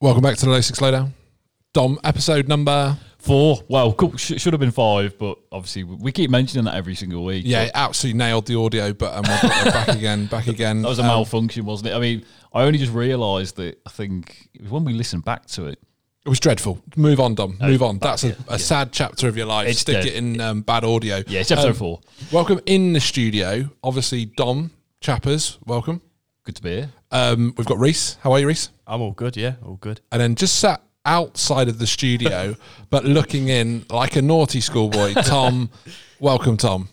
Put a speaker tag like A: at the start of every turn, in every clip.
A: Welcome back to the Low Six Lowdown. Dom, episode number.
B: Four. Well, cool. Sh- should have been five, but obviously we- we keep mentioning that every single week.
A: Yeah, it absolutely nailed the audio, but um, we're we're back again, back again.
B: That was a
A: Um,
B: malfunction, wasn't it? I mean, I only just realised that I think it was when we listened back to it.
A: It was dreadful. Move on, Dom. Move on. That's a, a sad chapter of your life.
B: It's
A: Stick
B: dead.
A: it in um, bad audio.
B: Yeah, it's episode
A: Um,
B: four.
A: Welcome in the studio. Obviously, Dom, Chappers, welcome.
B: Good to be here.
A: Um, we've got Reese. How are you, Reese?
C: I'm all good, yeah, all good.
A: And then just sat outside of the studio, but looking in like a naughty schoolboy, Tom. welcome, Tom.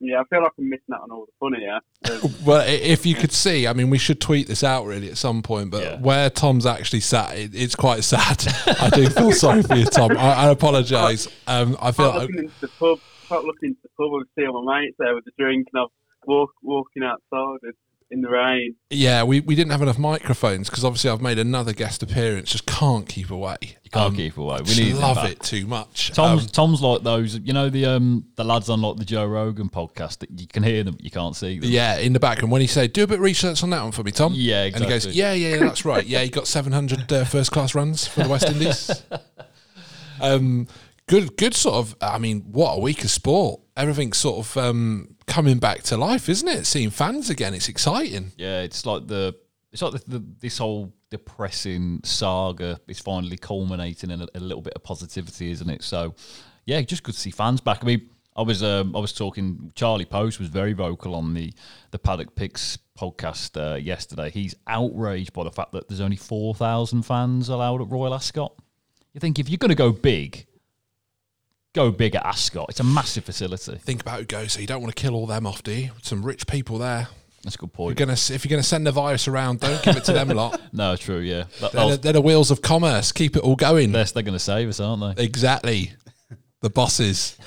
D: Yeah, I feel like I'm missing out on all the fun here. There's-
A: Well, i- if you could see, I mean, we should tweet this out really at some point, but
B: Yeah.
A: where Tom's actually sat, it, it's quite sad. I do feel sorry for you, Tom. I, I apologise. Um, I feel.
D: I was looking into the pub, I was looking into the pub and see all my mates there with the drink, and I was walk, walking outside in- in the rain.
A: Yeah, we, we didn't have enough microphones because obviously I've made another guest appearance. Just can't keep away. You
B: Can't keep away. We
A: just
B: need
A: love
B: that.
A: it too much.
B: Tom's
A: Um,
B: Tom's like those, you know, the um the lads on like the Joe Rogan podcast that you can hear them, but you can't see them.
A: yeah, in the back. And when he said, do a bit of research on that one for me, Tom.
B: Yeah,
A: And he goes,
B: exactly.
A: yeah, yeah, yeah, that's right. Yeah, he got 700 uh, first class runs for the West Indies. um, good, good sort of, I mean, what a week of sport. Everything's sort of um, coming back to life, isn't it? Seeing fans again, it's exciting.
B: Yeah, it's like the it's like the, the, this whole depressing saga is finally culminating in a, a little bit of positivity, isn't it? So, yeah, just good to see fans back. I mean, I was um, I was talking. Charlie Post was very vocal on the the Paddock Picks podcast uh, yesterday. He's outraged by the fact that there's only four thousand fans allowed at Royal Ascot. You think if you're going to go big, go big at Ascot. It's a massive facility.
A: Think about who goes, so you don't want to kill all them off, do you? Some rich people there.
B: That's a good
A: You're
B: point.
A: gonna, if you're going to send the virus around, don't give it to them lot.
B: No, true. Yeah, That- that
A: They're,
B: was-
A: the, they're the wheels of commerce. Keep it all going.
B: they're, they're going to save us, aren't they?
A: exactly. The bosses.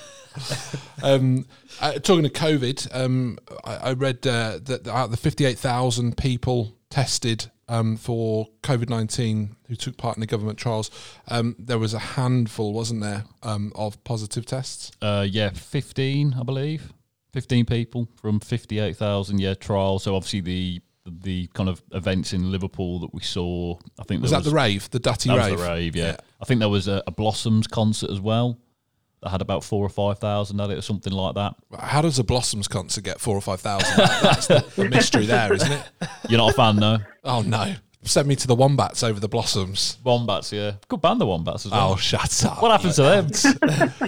A: um, uh, talking to COVID, um, I, I read uh, that out of the 58,000 people tested um, for COVID 19 who took part in the government trials, um, there was a handful, wasn't there, um, of positive tests?
B: Uh, yeah, 15, I believe. 15 people from 58,000, yeah, trial. So obviously the the kind of events in Liverpool that we saw, I think there
A: Was that the rave, the Dutty
B: that was
A: rave?
B: the rave, yeah. I think there was a, a Blossoms concert as well that had about four or 5,000 at it or something like that.
A: How does a Blossoms concert get four or 5,000? That's the, the mystery there, isn't it?
B: You're not a fan, no?
A: Oh, no. Send me to the Wombats over the Blossoms.
B: Wombats, yeah. Good band, the Wombats as well.
A: Oh, shut up.
B: what happened to them?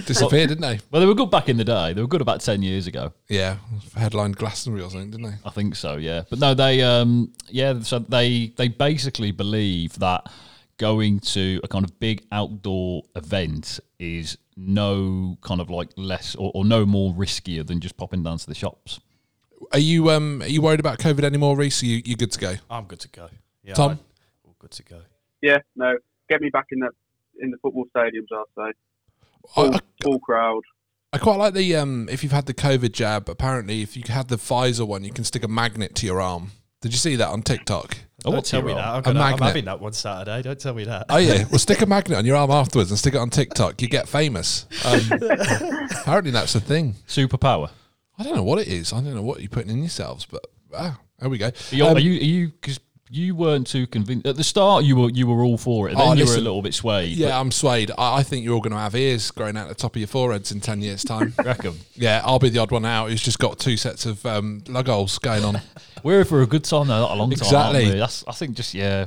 A: Disappeared, didn't they?
B: well, they were good back in the day. They were good about 10 years ago.
A: Yeah, headlined Glastonbury or something, didn't they?
B: I think so, yeah. But no, they um yeah, so they they basically believe that going to a kind of big outdoor event is no kind of like less or, or no more riskier than just popping down to the shops.
A: Are you um are you worried about COVID anymore, Reese? Are you you good to go?
C: I'm good to go. Yeah,
A: Tom?
C: I'm all good to go.
D: Yeah, no, get me back in the in the football stadiums. I'll say
A: I,
D: full,
A: I,
D: full crowd.
A: I quite like the um if you've had the COVID jab. Apparently, if you had the Pfizer one, you can stick a magnet to your arm. Did you see that on TikTok?
B: Oh,
C: Don't
B: what's
C: tell
B: your
C: me that.
B: role?
C: I'm, gonna, I'm
A: magnet.
C: having that one Saturday. Don't tell me that.
A: Oh yeah, well stick a magnet on your arm afterwards and stick it on TikTok. You get famous. Um, apparently, that's a thing.
B: Superpower.
A: I don't know what it is. I don't know what you're putting in yourselves, but ah, there we go.
B: Are you
A: Um,
B: are you are you because you weren't too convinced at the start. You were you were all for it. Then
A: Oh,
B: you were
A: listen.
B: a little bit swayed.
A: yeah, I'm swayed. I, I think you're all going to have ears growing out the top of your foreheads in ten years' time.
B: but reckon
A: Yeah, I'll be the odd one out who's just got two sets of um, lug holes going on.
B: We're here for a good time though, not a long time. aren't
A: Exactly.
B: we? That's I think just yeah.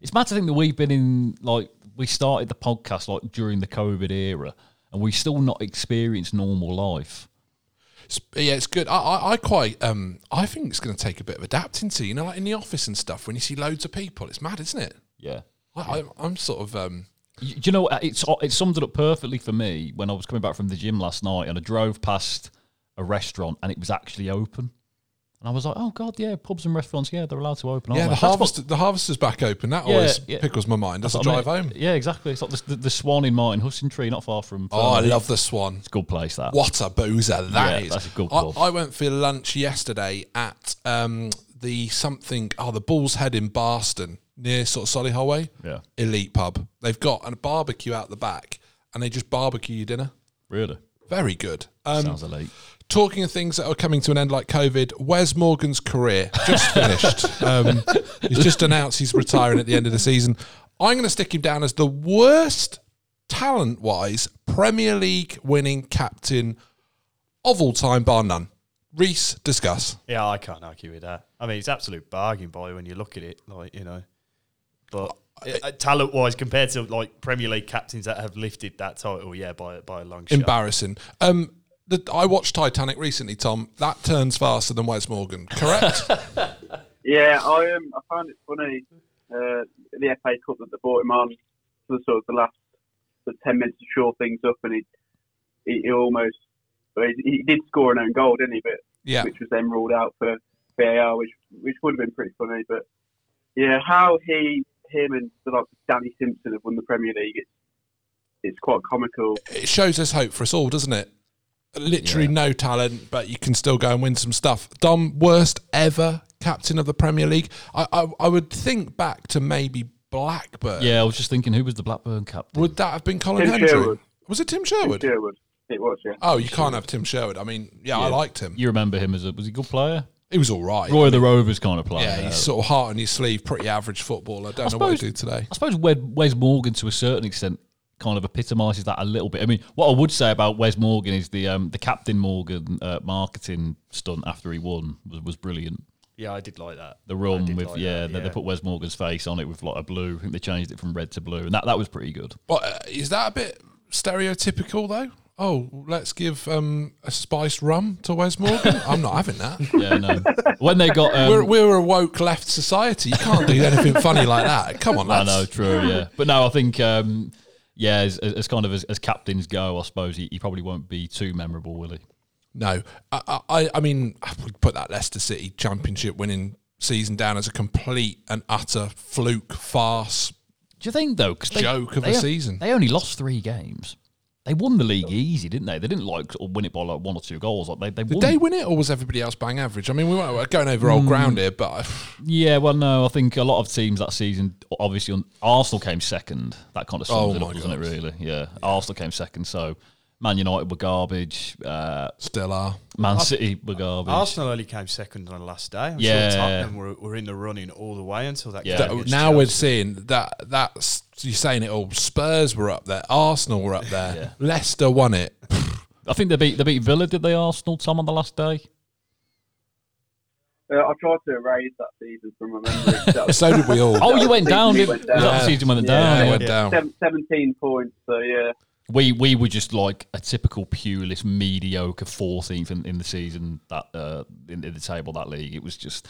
B: It's mad to think that we've been in like we started the podcast like during the COVID era and we still not experienced normal life.
A: It's- yeah, it's good. I, I, I quite, um, I think it's going to take a bit of adapting to, you know, like in the office and stuff when you see loads of people. It's mad, isn't it?
B: Yeah.
A: I, I, I'm sort of, um,
B: You, you know, uh, it's it summed it up perfectly for me when I was coming back from the gym last night and I drove past a restaurant and it was actually open. And I was like, oh god, yeah, pubs and restaurants, yeah, they're allowed to open. Aren't
A: yeah,
B: they?
A: the
B: Oh, That's what-
A: harvest, the harvest is back open. That
B: Yeah,
A: always
B: yeah.
A: pickles my mind as I
B: I mean,
A: drive home.
B: Yeah, exactly. It's like the, the, the Swan in Martin Huston Tree, not far from.
A: Oh, I
B: Fernley.
A: love the Swan.
B: It's a good place that.
A: What a boozer that is!
B: Yeah, that's a good
A: I,
B: club.
A: I went for lunch yesterday at um, the something, oh, the Bull's Head in Barston near sort of Solihull Way.
B: Yeah.
A: Elite pub. They've got a barbecue out the back and they just barbecue your dinner.
B: Really?
A: Very good. Um,
B: Sounds elite.
A: talking of things that are coming to an end like COVID, Wes Morgan's career just finished. um, he's just announced he's retiring at the end of the season. I'm going to stick him down as the worst talent wise Premier League winning captain of all time, bar none. Reese, discuss.
C: Yeah, I can't argue with that. I mean, it's absolute bargain boy when you look at it, like you know. But talent wise, compared to like Premier League captains that have lifted that title, yeah, by by a long shot.
A: Embarrassing. Um, the, I watched Titanic recently, Tom. That turns faster than Wes Morgan, correct?
D: Yeah, I um, I found it funny uh, the FA Cup that they brought him on for the sort of the last the ten minutes to shore things up, and he he, he almost well, he, he did score an own goal, didn't he? But
A: yeah.
D: which was then ruled out for VAR, which which would have been pretty funny. But yeah, how he him and the like Danny Simpson have won the Premier League, it's it's quite comical.
A: It shows us hope for us all, doesn't it? Literally no talent, but you can still go and win some stuff. Dom, worst ever captain of the Premier League. I, I, I would think back to maybe Blackburn.
B: Yeah, I was just thinking, who was the Blackburn captain?
A: Would that have been Colin
D: Tim
A: Hendry?
D: Sherwood.
A: Was it Tim Sherwood?
D: Sherwood, it was yeah.
A: Oh, you can't have Tim Sherwood. I mean, yeah, I liked him.
B: You remember him as a was he a good player?
A: He was all right.
B: Roy of the Rovers kind of player.
A: yeah, he's sort of heart on his sleeve, pretty average footballer. Don't know what he do today.
B: I suppose Wes, Wes Morgan, to a certain extent, kind of epitomises that a little bit. I mean, what I would say about Wes Morgan is the um, the Captain Morgan uh, marketing stunt after he won was, was brilliant.
C: Yeah, I did like that.
B: The rum
C: did
B: with
C: like
B: yeah,
C: that,
B: they- they
C: yeah.
B: put Wes Morgan's face on it with like a blue. I think they changed it from red to blue, and that, that was pretty good.
A: But uh, is that a bit stereotypical though? Oh, let's give um, a spiced rum to Wes Morgan. I'm not having that.
B: Yeah, no. when they got um,
A: We're, we're a woke left society. You can't do anything funny like that. Come on,
B: I
A: lads.
B: know, true, yeah. But no, I think, um, yeah, as, as as kind of as, as captains go, I suppose he, he probably won't be too memorable, will he?
A: No, I, I, I mean, I would put that Leicester City Championship winning season down as a complete and utter fluke farce.
B: Do you think though? 'Cause they-
A: Joke of
B: they
A: a
B: on-
A: season.
B: They only lost three games. They won the league easy, didn't they? They didn't like sort of win it by like one or two goals. Like they, they
A: Did
B: won.
A: they win it, or was everybody else bang average? I mean, we weren't we're going over old ground here, but uh, I-
B: Yeah, well, no, I think a lot of teams that season, obviously, on, Arsenal came second. That kind of sums
A: Oh
B: it
A: my
B: up, doesn't it?
A: God.
B: Really, yeah. Arsenal came second, so Man United were garbage. Uh,
A: still are.
B: Man City were garbage.
C: Arsenal only came second on the last day. I'm
B: Yeah.
C: sure Tottenham were, were in the running all the way until that.
B: Yeah.
C: game
A: That-
C: against
A: now we're
C: Chelsea.
A: seeing that that's you're saying it all. Spurs were up there, Arsenal were up there,
B: Yeah.
A: Leicester won it.
B: I think they beat they beat Villa, did they? Arsenal, Tom, on the last day.
D: Uh, I tried to erase that season from my memory. That was-
A: So did we all.
B: Oh, you went down.
D: We
B: Did, was
D: went
B: that the
A: down.
B: season when they
D: Yeah.
A: They
B: down?
A: went
C: Yeah.
A: down.
D: Seven- 17 points, so yeah.
B: We we were just like a typical Pulis mediocre 14th in, in the season that uh, in, in the table that league. It was just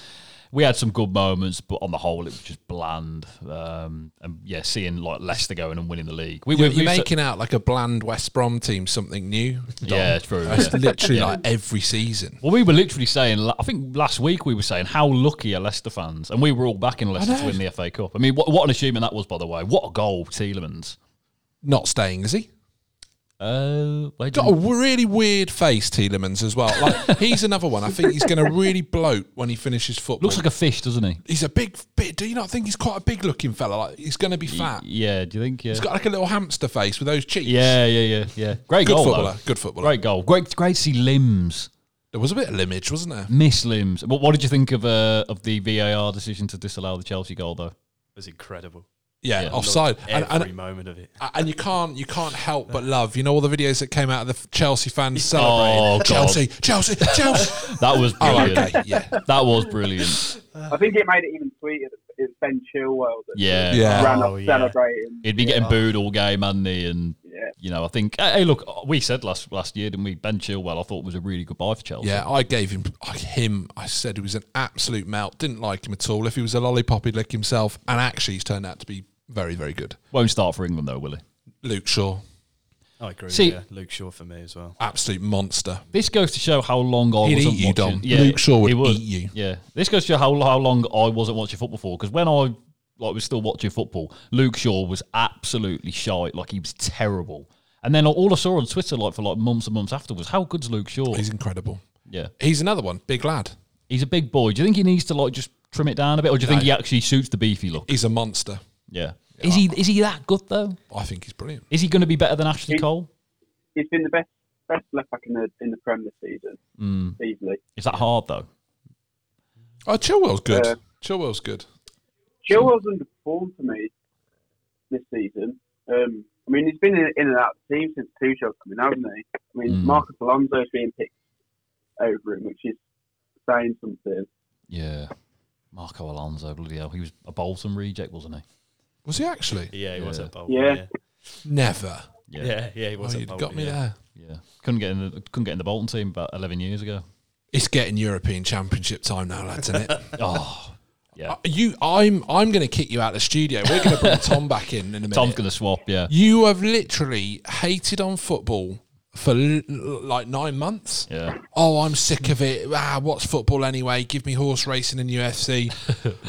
B: we had some good moments, but on the whole, it was just bland. Um, and yeah, seeing like Leicester going and winning the league, we
A: You're,
B: we- we
A: you're
B: used to-
A: making out like a bland West Brom team, something new. Dom.
B: yeah, true.
A: That's
B: yeah.
A: literally
B: Yeah.
A: like every season.
B: Well, we were literally saying. la- I think last week we were saying how lucky are Leicester fans, and we were all backing Leicester to win the FA Cup. I mean, what, what an achievement that was, by the way. What a goal, Tielemans.
A: Not staying, is he?
B: Uh, where did
A: Got a really weird face, Tielemans, as well. Like he's another one. I think he's going to really bloat when he finishes football.
B: looks like a fish, doesn't he?
A: he's a big, bit. Do you not think he's quite a big-looking fella? Like he's going to be fat.
B: Yeah, do you think? Yeah,
A: He's got like a little hamster face with those cheeks.
B: yeah, Oh, yeah, yeah, yeah. Great
A: good
B: goal,
A: footballer.
B: though.
A: Good footballer.
B: Great goal. Great, great to see limbs.
A: There was a bit of limage, wasn't there?
B: Miss limbs. But what did you think of uh, of the VAR decision to disallow the Chelsea goal, though?
C: It was incredible.
A: Yeah,
B: Yeah.
A: offside. And,
C: Every
A: and,
C: moment of it.
A: and you can't you can't help but love. You know all the videos that came out of the f- Chelsea fans celebrating.
B: Oh, God.
A: Chelsea, Chelsea, Chelsea.
B: That was
A: oh,
B: brilliant.
A: okay, yeah.
B: That was brilliant.
C: Uh.
D: I think it made it even sweeter. that It's Ben Chilwell that
B: Yeah.
A: Yeah.
D: ran
C: Oh,
D: up
C: yeah.
D: celebrating.
B: He'd be getting booed all game, hadn't he? And,
D: Yeah.
B: you know, I think, hey, look, we said last last year, didn't we? Ben Chilwell, I thought was a really good buy for Chelsea.
A: Yeah, I gave him I- him. I said he was an absolute melt. Didn't like him at all. If he was a lollipop, he'd lick himself. And actually, he's turned out to be very, very good.
B: Won't start for England, though, will he?
A: Luke Shaw,
C: I agree.
B: See-
C: with you. Luke Shaw for me as well.
A: absolute monster.
B: This goes to show how long I
A: He'd
B: wasn't
A: eat you,
B: watching.
A: Dom. Luke Shaw would
B: he
A: eat you.
B: Yeah, this goes to show how how long I wasn't watching football for. Because when I like was still watching football, Luke Shaw was absolutely shy. Like he was terrible. And then all I saw on Twitter, like for like months and months after, was how good's Luke Shaw?
A: He's incredible.
B: yeah,
A: He's another one, big lad.
B: he's a big boy. Do you think he needs to like just trim it down a bit, or do you think he actually suits the beefy look?
A: He's a monster.
B: Yeah. Is he is he that good though?
A: I think he's brilliant.
B: Is he going to be better than Ashley
D: He-
B: Cole?
D: He's been the best best left back in the in the Prem this season, easily.
B: Is that hard though?
A: Oh, Chilwell's good.
D: Yeah.
A: Chilwell's good.
D: Chilwell's underperformed for me this season. Um, I mean, he's been in, in and out of the team since Tuchel's coming, hasn't he? I mean,
B: Mm.
D: Marcus Alonso's being picked over him, which is saying something.
B: Yeah. Marco Alonso, bloody hell. He was a Bolton reject, wasn't he?
A: Was he actually?
C: Yeah, he was
B: Yeah.
C: at Bolton.
D: Yeah.
C: Yeah,
A: Never.
C: yeah, yeah, he
A: Oh,
C: was
A: you
C: at
A: would
C: Bolton.
A: got me
C: yeah.
A: there.
B: Yeah. Couldn't get in the couldn't get in the Bolton team about eleven years ago.
A: It's getting European Championship time now, lads, isn't it?
B: Oh yeah.
A: Uh, you, I'm, I'm going to kick you out of the studio. We're going to bring Tom back in in a minute.
B: Tom's gonna swap, yeah.
A: You have literally hated on football for l- l- like nine months.
B: Yeah.
A: Oh, I'm sick of it. Ah, what's football anyway? Give me horse racing and UFC.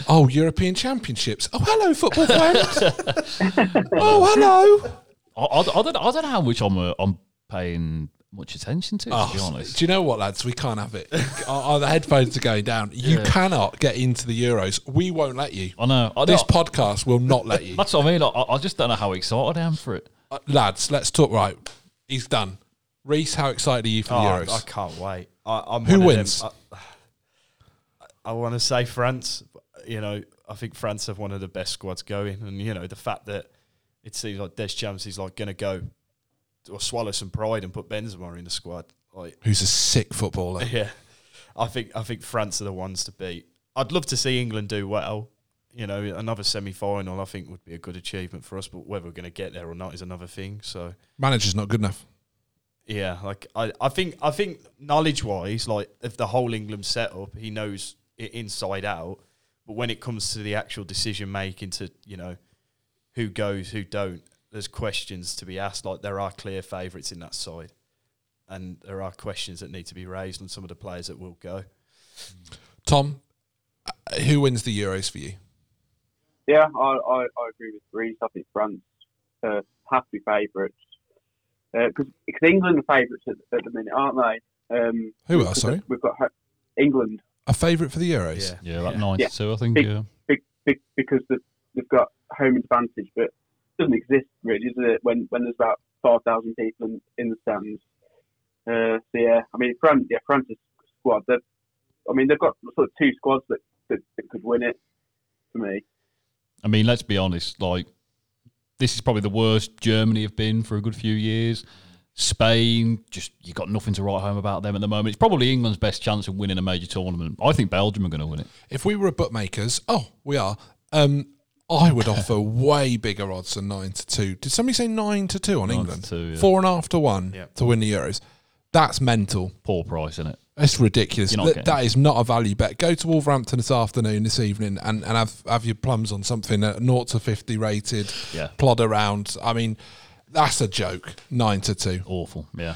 A: oh, European Championships. Oh, hello, football friend. oh, hello.
B: I, I, I don't I don't know how much I'm uh, I'm paying much attention to, to be
A: Oh,
B: honest.
A: do you know what, lads? We can't have it. our, our- the headphones are going down. You cannot get into the Euros. We won't let you.
B: I know. I
A: This
B: don't,
A: podcast will not let you.
B: that's what I mean. I, I just don't know how excited I am for it.
A: Uh, lads, let's talk. Right, he's done. Reese, how excited are you for
C: Oh,
A: the
C: I,
A: Euros?
C: I can't wait. I,
A: Who
C: I'm one of them-
A: wins?
C: I, I want to say France. but, You know, I think France have one of the best squads going, and you know the fact that it seems like Deschamps is like going to go or swallow some pride and put Benzema in the squad. Like,
A: Who's a sick footballer?
C: yeah, I think I think France are the ones to beat. I'd love to see England do well. You know, another semi-final I think would be a good achievement for us, but whether we're going to get there or not is another thing. So.
A: Manager's not good enough.
C: Yeah, like I, I think I think knowledge wise, like of the whole England setup, he knows it inside out. But when it comes to the actual decision making, to you know, who goes, who don't, there's questions to be asked. Like there are clear favourites in that side, and there are questions that need to be raised on some of the players that will go.
A: Tom, uh, who wins the Euros for you?
D: Yeah, I, I, I agree with Greece. I think France uh, have to be favourites because England are favourites at, at the minute, aren't they? Um,
A: Who are sorry?
D: We've got ho- England
A: A favourite for the Euros?
B: Yeah, like ninety two, I think.
D: Big-
B: Yeah.
D: big, big, because they've, they've got home advantage, but it doesn't exist really, does it? When when there's about five thousand people in, in the stands. Uh, so yeah, I mean France, yeah, France's squad. They've, I mean they've got sort of two squads that, that, that could win it for me.
B: I mean, let's be honest. Like, this is probably the worst Germany have been for a good few years. Spain, just you got nothing to write home about them at the moment. It's probably England's best chance of winning a major tournament. I think Belgium are going to win it.
A: If we were a bookmakers, oh, we are. Um, I would offer way bigger odds than nine to two. Did somebody say nine to two on
B: to
A: England?
B: two, yeah.
A: Four and a half to one
C: Yeah.
A: to win the Euros. That's mental.
B: Poor price, isn't it?
A: It's ridiculous.
B: You're not
A: That-
B: getting
A: that is not a value bet. Go to Wolverhampton this afternoon, this evening, and, and have have your plums on something at naught to fifty rated.
B: Yeah.
A: Plod around. I mean, that's a joke. Nine to two.
B: Awful. Yeah,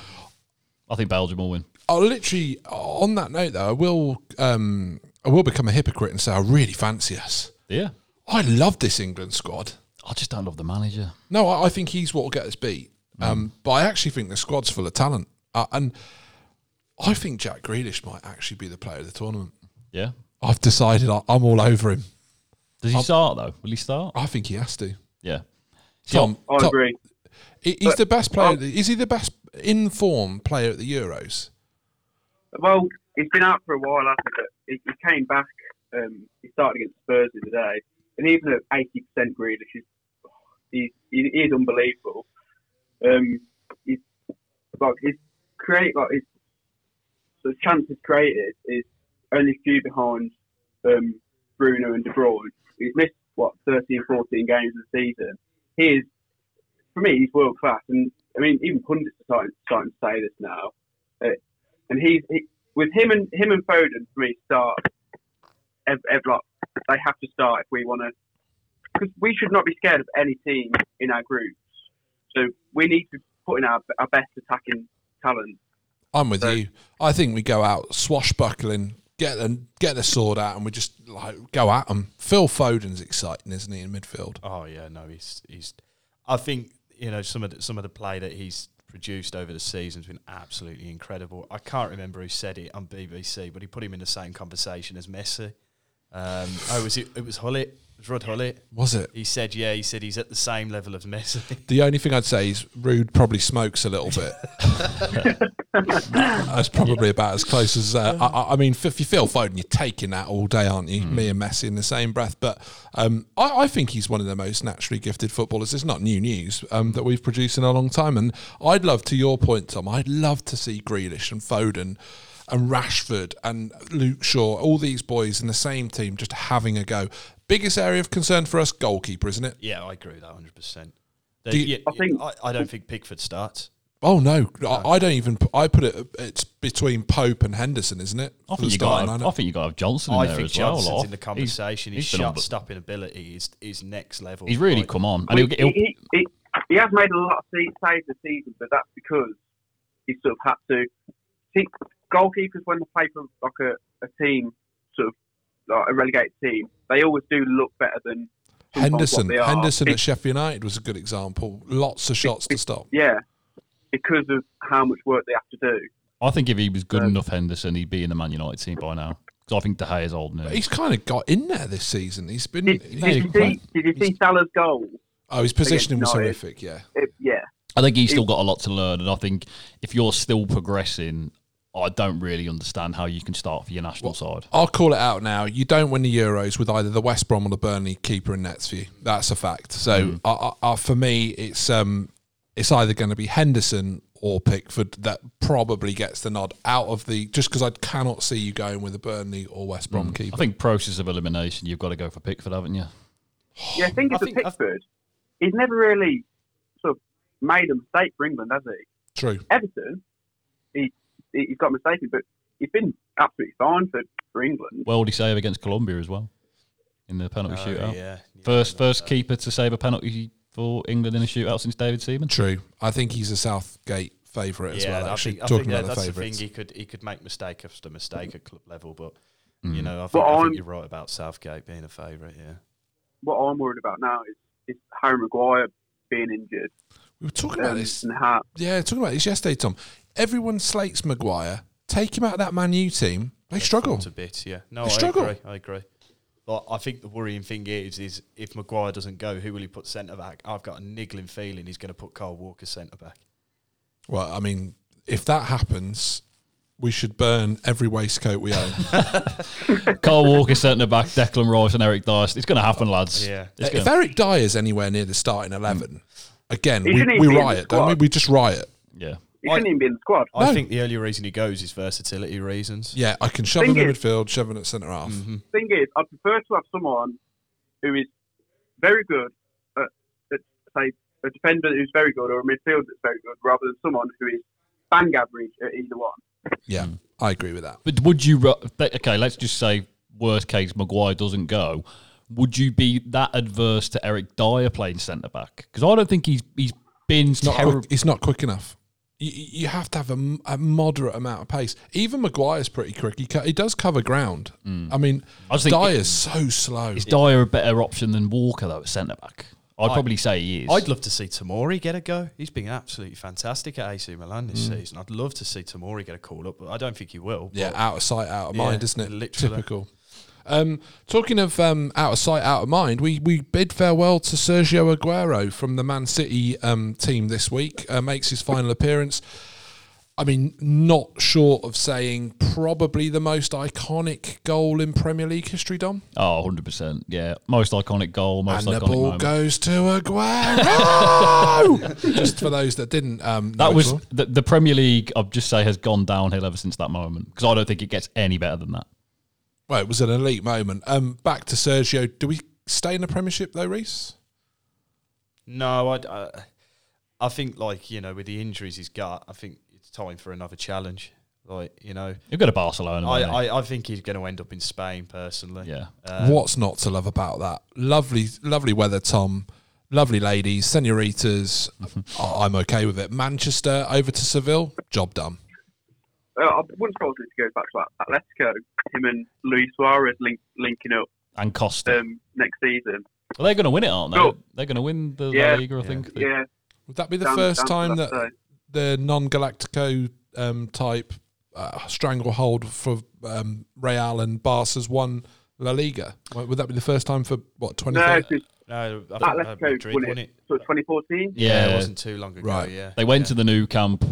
B: I think Belgium will win.
A: I literally on that note though, I will um I will become a hypocrite and say I really fancy us.
B: Yeah,
A: I love this England squad.
B: I just don't love the manager.
A: No, I, I think he's what will get us beat.
D: Mm.
A: Um, But I actually think the squad's full of talent, uh, and I think Jack Grealish might actually be the player of the tournament.
B: Yeah,
A: I've decided I, I'm all over him.
B: does he start though? Will he start?
A: I think he has to.
B: Yeah,
A: Tom,
D: I
A: Tom-
D: agree.
A: he- he's the best player. Is he the best in form player at the Euros?
D: Well, he's been out for a while, hasn't he? But he, he came back. Um, he started against Spurs the other day, and even at eighty percent Grealish is he, he, he is unbelievable. Um, he's like his create like his sort of chances created is only few behind um, Bruno and De Bruyne. He's missed what 13, 14 games of the season. He is for me, he's world class, and I mean even pundits are starting, starting to say this now. Uh, and he's he, with him and him and Foden for me start. Ev, ev, like, they have to start if we want to, because we should not be scared of any team in our groups. So we need to put in our, our best attacking talent.
A: I'm with
D: So-
A: you. I think we go out swashbuckling, get the get the sword out, and we just like go at them. Phil Foden's exciting, isn't he, in midfield?
C: Oh yeah, no, he's he's. I think you know some of the, some of the play that he's produced over the season's been absolutely incredible. I can't remember who said it on BBC, but he put him in the same conversation as Messi. Um, oh, was it? It was Hullett. It was Rod Hullett.
A: Was it?
C: He said, yeah. He said he's at the same level as Messi.
A: The only thing I'd say is Rude probably smokes a little bit. That's probably about as close as. Uh, I- I, I mean, if you feel Foden, you're taking that all day, aren't you? Me and Messi in the same breath. But um, I, I think he's one of the most naturally gifted footballers. It's not new news um, that we've produced in a long time. And I'd love, to your point, Tom, I'd love to see Grealish and Foden and Rashford and Luke Shaw, all these boys in the same team, just having a go. Biggest area of concern for us, goalkeeper, isn't it?
C: Yeah, I agree with that 100%.
A: Do you-
C: yeah,
D: I think-
C: I, I don't think Pickford starts.
A: Oh no, I, I don't even. p- I put it. It's between Pope and Henderson, isn't it?
B: I
A: For the
B: think you
A: starting
B: got. I
A: lineup.
B: think you got to have Johnson in
C: I
B: there
C: think
B: as well.
C: Johnson's
B: Lof.
C: in the conversation. His
B: he's been
C: shot
B: unbe-
C: stopping ability is is next level.
B: He's really
C: Like,
B: come on, and
D: Well,
B: he'll get. He'll,
D: he, he, he has made a lot of se- saves this season, but that's because he sort of had to. See, goalkeepers, when they play for like a, a team, sort of like a relegated team, they always do look better than sometimes what
A: Henderson,
D: they are.
A: Henderson
D: Be-
A: at Sheffield United was a good example. Lots of shots to stop.
D: yeah, because of how much work they have to do.
B: I think if he was good
D: Um,
B: enough, Henderson, he'd be in the Man United team by now. Because I think De Gea is old now.
A: But he's kind of got in there this season. He's been.
D: Did,
A: he-
B: made
D: did, you
B: a
D: see,
B: good
D: did you see Salah's goal?
A: oh, his positioning was
D: against United.
A: horrific. Yeah,
D: It, yeah,
B: I think he's still got a lot to learn, and I think if you're still progressing, I don't really understand how you can start for your national side.
A: I'll call it out now. You don't win the Euros with either the West Brom or the Burnley keeper in nets for you. That's a fact. So
C: Hmm.
A: I, I, I, for me, it's um, it's either going to be Henderson or Pickford that probably gets the nod out of the just because I cannot see you going with a Burnley or West Brom
C: Hmm.
A: keeper.
B: I think process of elimination, you've got to go for Pickford, haven't you?
D: yeah. I think
C: I
D: it's a
C: think- I-
D: Pickford. He's never really sort of made a mistake for England, has he?
A: True.
D: Everton, he he- he's got mistaken, but he's been absolutely fine for, for England.
B: Well, he save against Colombia as well in the penalty
C: oh,
B: shootout.
C: yeah. yeah,
B: First,
C: no,
B: first
C: no.
B: keeper to save a penalty for England in a shootout since David Seaman.
A: True. I think he's a Southgate favourite as
C: Yeah,
A: well.
C: I
A: Actually,
C: think, I
A: talking
C: think that-
A: about the
C: that's
A: favourites.
C: the thing. He could he could make mistake after mistake at club level, but
A: Hmm.
C: you know, I think,
D: But
C: I
D: I'm-
C: think you're right about Southgate being a favourite. Yeah,
D: What I'm worried about now is, is Harry Maguire being injured
A: we were talking about
D: um,
A: this.
D: and how
A: Yeah, talking about this yesterday, Tom. Everyone slates Maguire. Take him out of that Man U team. They struggle.
C: Thought a bit. Yeah, no, I
A: They struggle.
C: agree. I agree. But I think the worrying thing is, is if Maguire doesn't go, who will he put centre back? I've got a niggling feeling he's going to put Carl Walker centre back.
A: Well, I mean, if that happens, we should burn every waistcoat we own.
B: Carl Walker centre back, Declan Rice, and Eric Dyche. It's going to happen, lads.
C: Yeah.
B: It's
A: if
B: gonna,
A: Eric Dyer's anywhere near the starting eleven, again,
D: He
A: we,
D: shouldn't
A: we
D: even be in the
A: riot, don't we?
D: squad.
A: We just riot.
B: yeah.
D: he
C: I-
D: shouldn't even be in the squad.
A: No.
C: I think the only reason he goes is versatility reasons.
A: Yeah, I can shove
D: Thing
A: him in
D: is-
A: midfield, shove him at centre half.
D: thing is, I prefer to have someone who is very good at, at say a defender who's very good or a midfielder that's very good, rather than someone who is bang average at either one.
A: Yeah, I agree with that.
B: But would you? ru- Okay, let's just say worst case Maguire doesn't go. Would you be that adverse to Eric Dyer playing centre back? Because I don't think he's he's been
A: Not
B: terrible.
A: quick, it's not quick enough. You, you have to have a, m- a moderate amount of pace. Even Maguire's pretty quick. He, co- he does cover ground. I mean,
B: I just think
A: Dyer's so slow.
B: Is Dyer a better option than Walker though at centre back? I'd probably say he is.
C: I'd love to see Tamori get a go. He's been absolutely fantastic at AC Milan this
A: Hmm.
C: season. I'd love to see Tamori get a call up, but I don't think he will.
A: Yeah, out of sight, out of
C: Yeah,
A: mind, isn't it?
C: literally.
A: Typical. Um, talking of um, out of sight, out of mind, we, we bid farewell to Sergio Aguero from the Man City um, team this week. Uh, makes his final appearance. I mean, not short of saying probably the most iconic goal in Premier League history, Dom.
B: oh, 100 percent. Yeah, most iconic goal, most
A: And
B: iconic
A: the ball
B: moment.
A: goes to Aguero. Just for those that didn't, um, know
B: that
A: it
B: was
A: all.
B: the, the Premier League. I'd just say has gone downhill ever since that moment because I don't think it gets any better than that.
A: well, it was an elite moment. Um, back to Sergio. Do we stay in the Premiership though, Reese?
C: No, I, I, I think like you know with the injuries he's got, I think it's time for another challenge. Like you know,
B: You've got to Barcelona.
C: I,
B: I,
C: I, I think he's going to end up in Spain personally. Uh,
B: yeah.
C: Um,
A: What's not to love about that? Lovely, lovely weather, Tom. Lovely ladies, senoritas. I- I'm okay with it. Manchester over to Seville, job done.
D: Uh, I wouldn't surprise me if he goes back to Atletico. Him and Luis Suarez link, linking up
B: And Costa.
D: um, next season.
B: Well, they're going to win it, aren't they?
D: Cool.
B: They're going to win the
D: Yeah.
B: La Liga, I think.
D: Yeah,
A: Would that be the
D: Sounds-
A: first
D: sounds
A: time
D: like
A: that the non-Galactico um, type uh, stranglehold for um, Real and Barca has won La Liga? Would would that be the first time for what twenty?
D: no, because
C: No, I think uh,
D: Atletico
C: Madrid
D: won it, sort of 2014.
C: Yeah,
B: Yeah.
C: it wasn't too long ago.
A: Right.
C: Yeah,
B: They went
C: Yeah.
B: to the new camp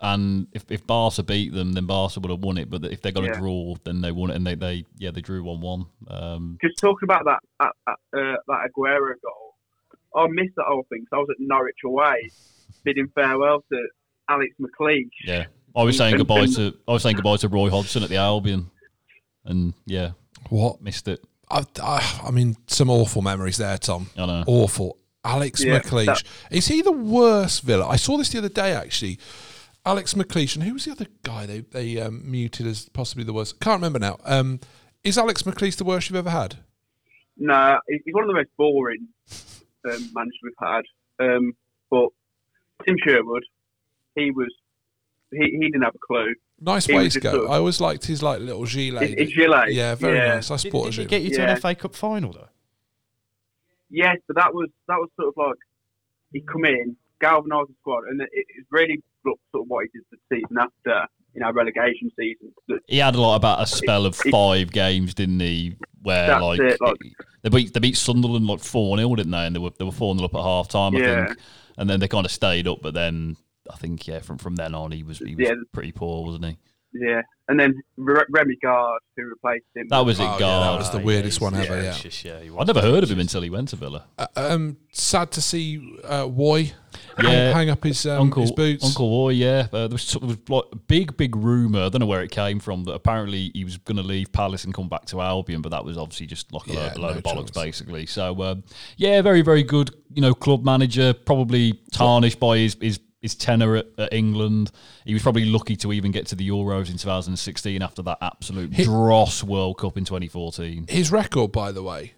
B: And if, if Barca beat them, then Barca would have won it. But if they got
D: Yeah.
B: a draw, then they won it. And they, they yeah, they drew 1 1. Um,
D: Just talking about that that, that, uh, that Aguero goal, I missed that whole thing 'cause I was at Norwich away, bidding farewell to Alex McLeish.
B: yeah. I was saying
D: And-
B: goodbye
D: and-
B: to I was saying goodbye to Roy Hodgson at the Albion, and yeah,
A: What?
B: missed it.
A: I, I, I mean, some awful memories there, Tom.
B: I know.
A: Awful. Alex
D: Yeah,
A: McLeish.
D: that-
A: Is he the worst Villa? I saw this the other day, actually. Alex McLeish, and who was the other guy they, they um, muted as possibly the worst? Can't remember now. Um, is Alex McLeish the worst you've ever had?
D: No, he- he's one of the most boring um, managers we've had. Um, but Tim Sherwood, he was he, he didn't have a clue.
A: Nice
D: He was
A: waistcoat.
D: just a-
A: I always liked his like little gilet.
D: His- his gilet,
A: Uh, Yeah, very
D: yeah.
A: nice. I
C: Did,
A: sport a
C: did it
A: gilet.
C: get you to
D: Yeah.
C: an FA Cup final though?
D: Yes, but that was that was sort of like he come in, galvanised the squad, and it, it's really sort of what he did the season after you know relegation season. The-
B: He had a lot about a spell of
D: it-
B: five games, didn't he? Where
D: That's
B: like,
D: it, like-
B: they beat they beat Sunderland like four 0 didn't they? And they were they were four 0 up at half time, I
D: Yeah.
B: think. And then they kind of stayed up, but then I think yeah, from from then on he was he was
D: Yeah.
B: pretty poor, wasn't he?
D: Yeah, and then Re- Remy Gard, who replaced him,
B: That was it,
A: Oh, yeah,
B: God.
A: that was the weirdest one ever, yeah.
B: I never heard of him until he went to Villa.
A: Uh, um, sad to see uh, Woy
B: Yeah.
A: hang, hang up his um,
B: Uncle
A: his boots.
B: Uncle Roy, yeah. Uh, there was, there was like a big, big rumor. I don't know where it came from that apparently he was going to leave Palace and come back to Albion, but that was obviously just like a
A: Yeah,
B: load, a load
A: no
B: of bollocks,
A: chance.
B: basically. So um, yeah, very, very good. You know, club manager probably tarnished by his his. His tenure at, at England, he was probably lucky to even get to the Euros in 2016 after that absolute dross World Cup in 2014.
A: His record, by the way,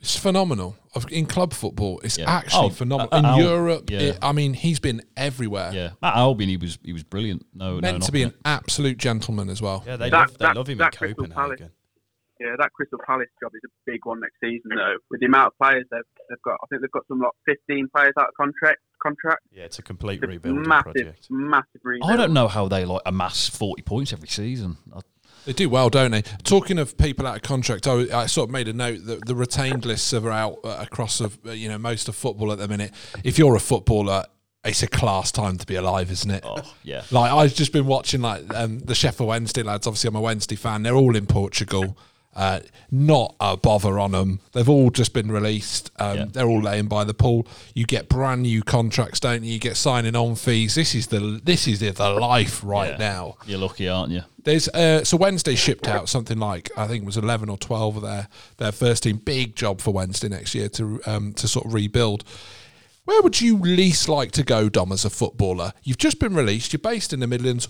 A: is phenomenal. Of, in club football, it's
B: Yeah.
A: actually
B: Oh,
A: phenomenal.
B: uh, uh,
A: in
B: Al-
A: Europe,
B: yeah.
A: it- I mean, he's been everywhere.
B: Yeah, at Albion, he was he was brilliant. No, no,
A: Meant to
B: not
A: be
B: it.
A: an absolute gentleman as well.
C: Yeah, they
D: That-
C: love they
D: that-
C: love him in
D: that Crystal
C: Copenhagen.
D: yeah, that Crystal Palace job is a big one next season though. With the amount of players they've, they've got, I think they've got some like 15 players out of contract. Contract,
C: Yeah, it's a complete
D: It's
C: rebuilding
D: massive,
C: project.
D: massive rebuild.
B: I don't know how they like amass forty points every season. I,
A: They do well, don't they? Talking of people out of contract, I, I sort of made a note that the retained lists are out uh, across of uh, you know most of football at the minute. If you're a footballer, it's a class time to be alive, isn't it?
B: oh yeah,
A: Like I've just been watching like um, the Sheffield Wednesday lads. Obviously, I'm a Wednesday fan. They're all in Portugal. Uh, not a bother on them. They've all just been released. Um,
B: Yeah.
A: They're all laying by the pool. You get brand new contracts, don't you? You get signing on fees. This is the this is the, the life right
B: Yeah.
A: now.
B: you're lucky, aren't you?
A: There's uh, so Wednesday shipped out something like I think it was eleven or twelve of their their first team. Big job for Wednesday next year to um, to sort of rebuild. Where would you least like to go, Dom, as a footballer? You've just been released. You're based in the Midlands.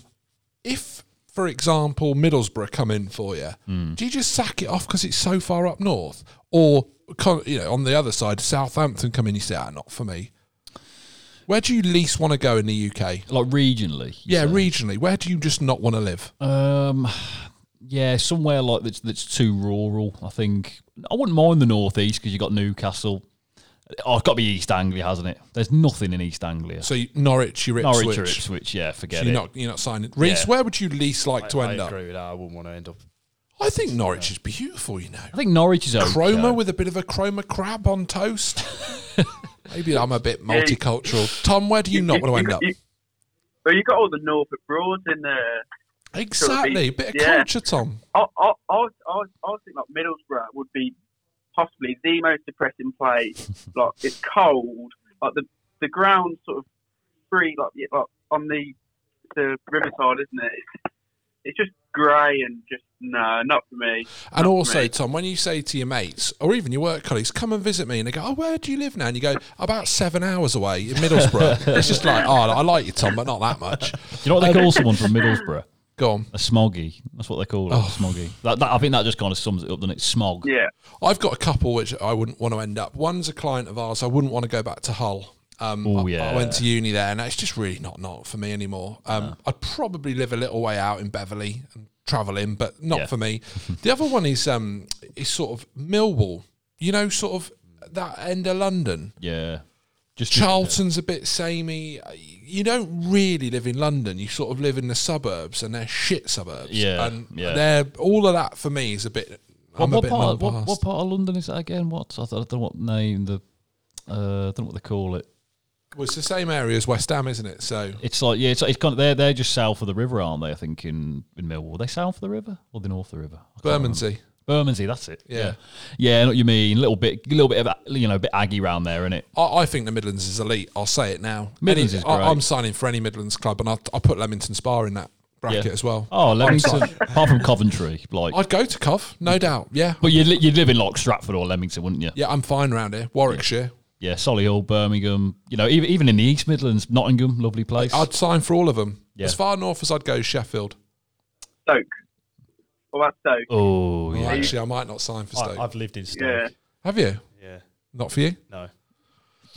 A: If, for example, Middlesbrough come in for you, do you just sack it off because it's so far up north, or con- you know on the other side, Southampton come in? You say, ah, not for me. Where do you least want to go in the UK?
B: Like regionally, you
A: Yeah,
B: say.
A: regionally. Where do you just not want to live?
B: um, yeah, somewhere like that's that's too rural. I think I wouldn't mind the northeast because you got Newcastle. Oh, it's got to be East Anglia, hasn't it? There's nothing in East Anglia.
A: So you- Norwich, you're Ipswich.
B: Norwich or Ipswich, yeah,
A: So
B: forget
A: you're
B: it.
A: not you're not signing. Reese,
B: Yeah.
A: where would you least like to
C: I, I
A: end up?
C: agree with that. I wouldn't want to end up.
A: I think Norwich is beautiful. You know,
B: I think Norwich is okay.
A: chroma with a bit of a chroma crab on toast. Maybe I'm a bit multicultural. Tom, where do you not want to end up?
D: You, well, you got all the Norfolk Broads in there.
A: Exactly, a bit of
D: Yeah.
A: culture, Tom.
D: I, I, I, I, I think like Middlesbrough would be possibly the most depressing place. like it's cold, like the the ground sort of free, like, yeah, like on the the riverside, isn't it? It's, it's just grey and just no, not for me.
A: And also,
D: me.
A: Tom, when you say to your mates or even your work colleagues, "Come and visit me," and they go, "Oh, where do you live now?" and you go, "About seven hours away in Middlesbrough," it's just like, "Oh, I like you, Tom, but not that much."
B: Do you know what they call someone from Middlesbrough?
A: Go on.
B: A smoggy. That's what they call
A: Oh.
B: it. a smoggy. That, that, I think that just kind of sums it up, doesn't it? Smog.
D: Yeah,
A: I've got a couple which I wouldn't want to end up. One's a client of ours. I wouldn't want to go back to Hull. Um,
B: Oh,
A: I- I,
B: yeah.
A: went to uni there, and it's just really not not for me anymore. Um, I'd probably live a little way out in Beverly and travel in, but not
B: Yeah.
A: for me. the other one is um, is sort of Millwall. You know, sort of that end of London.
B: Yeah. Just
A: Charlton's a bit samey. You don't really live in London. You sort of live in the suburbs, and they're shit suburbs.
B: Yeah,
A: and
B: yeah.
A: they're all of that for me is a bit. I'm a
B: what,
A: bit
B: part, what,
A: nonplussed.
B: what part of London is that again? What I don't know what name the uh, I don't know what they call it.
A: Well, it's the same area as West Ham, isn't it? So
B: It's like yeah, it's, it's kind of they're they're just south of the river, aren't they? I think in in Millwall, Are they south of the river or the north of the river? I can't remember.
A: Bermondsey.
B: Bermondsey, that's it.
A: Yeah.
B: yeah, yeah. I know what you mean? A little bit, a little bit of a- you know, a bit aggy round there, isn't it?
A: I, I think the Midlands is elite. I'll say it now.
B: Midlands
A: Any-
B: is
A: I,
B: great.
A: I'm signing for any Midlands club, and I'll, I'll put Leamington Spa in that bracket
B: Yeah.
A: as well.
B: Oh, Leamington, apart from Coventry, like.
A: I'd go to Cov, no doubt. Yeah,
B: but you'd, li- you'd live in like Stratford or Leamington, wouldn't you?
A: yeah, I'm fine round here. Warwickshire.
B: Yeah, Solihull, Birmingham, you know, even, even in the East Midlands, Nottingham, lovely place.
A: I'd sign for all of them.
B: Yeah.
A: As far north as I'd go, is Sheffield.
D: Stoke. What about Stoke?
B: oh,
A: Well,
B: yeah.
A: actually, I might not sign for Stoke.
C: I, I've lived in Stoke.
D: Yeah.
A: Have you?
C: Yeah.
A: Not for you.
C: No.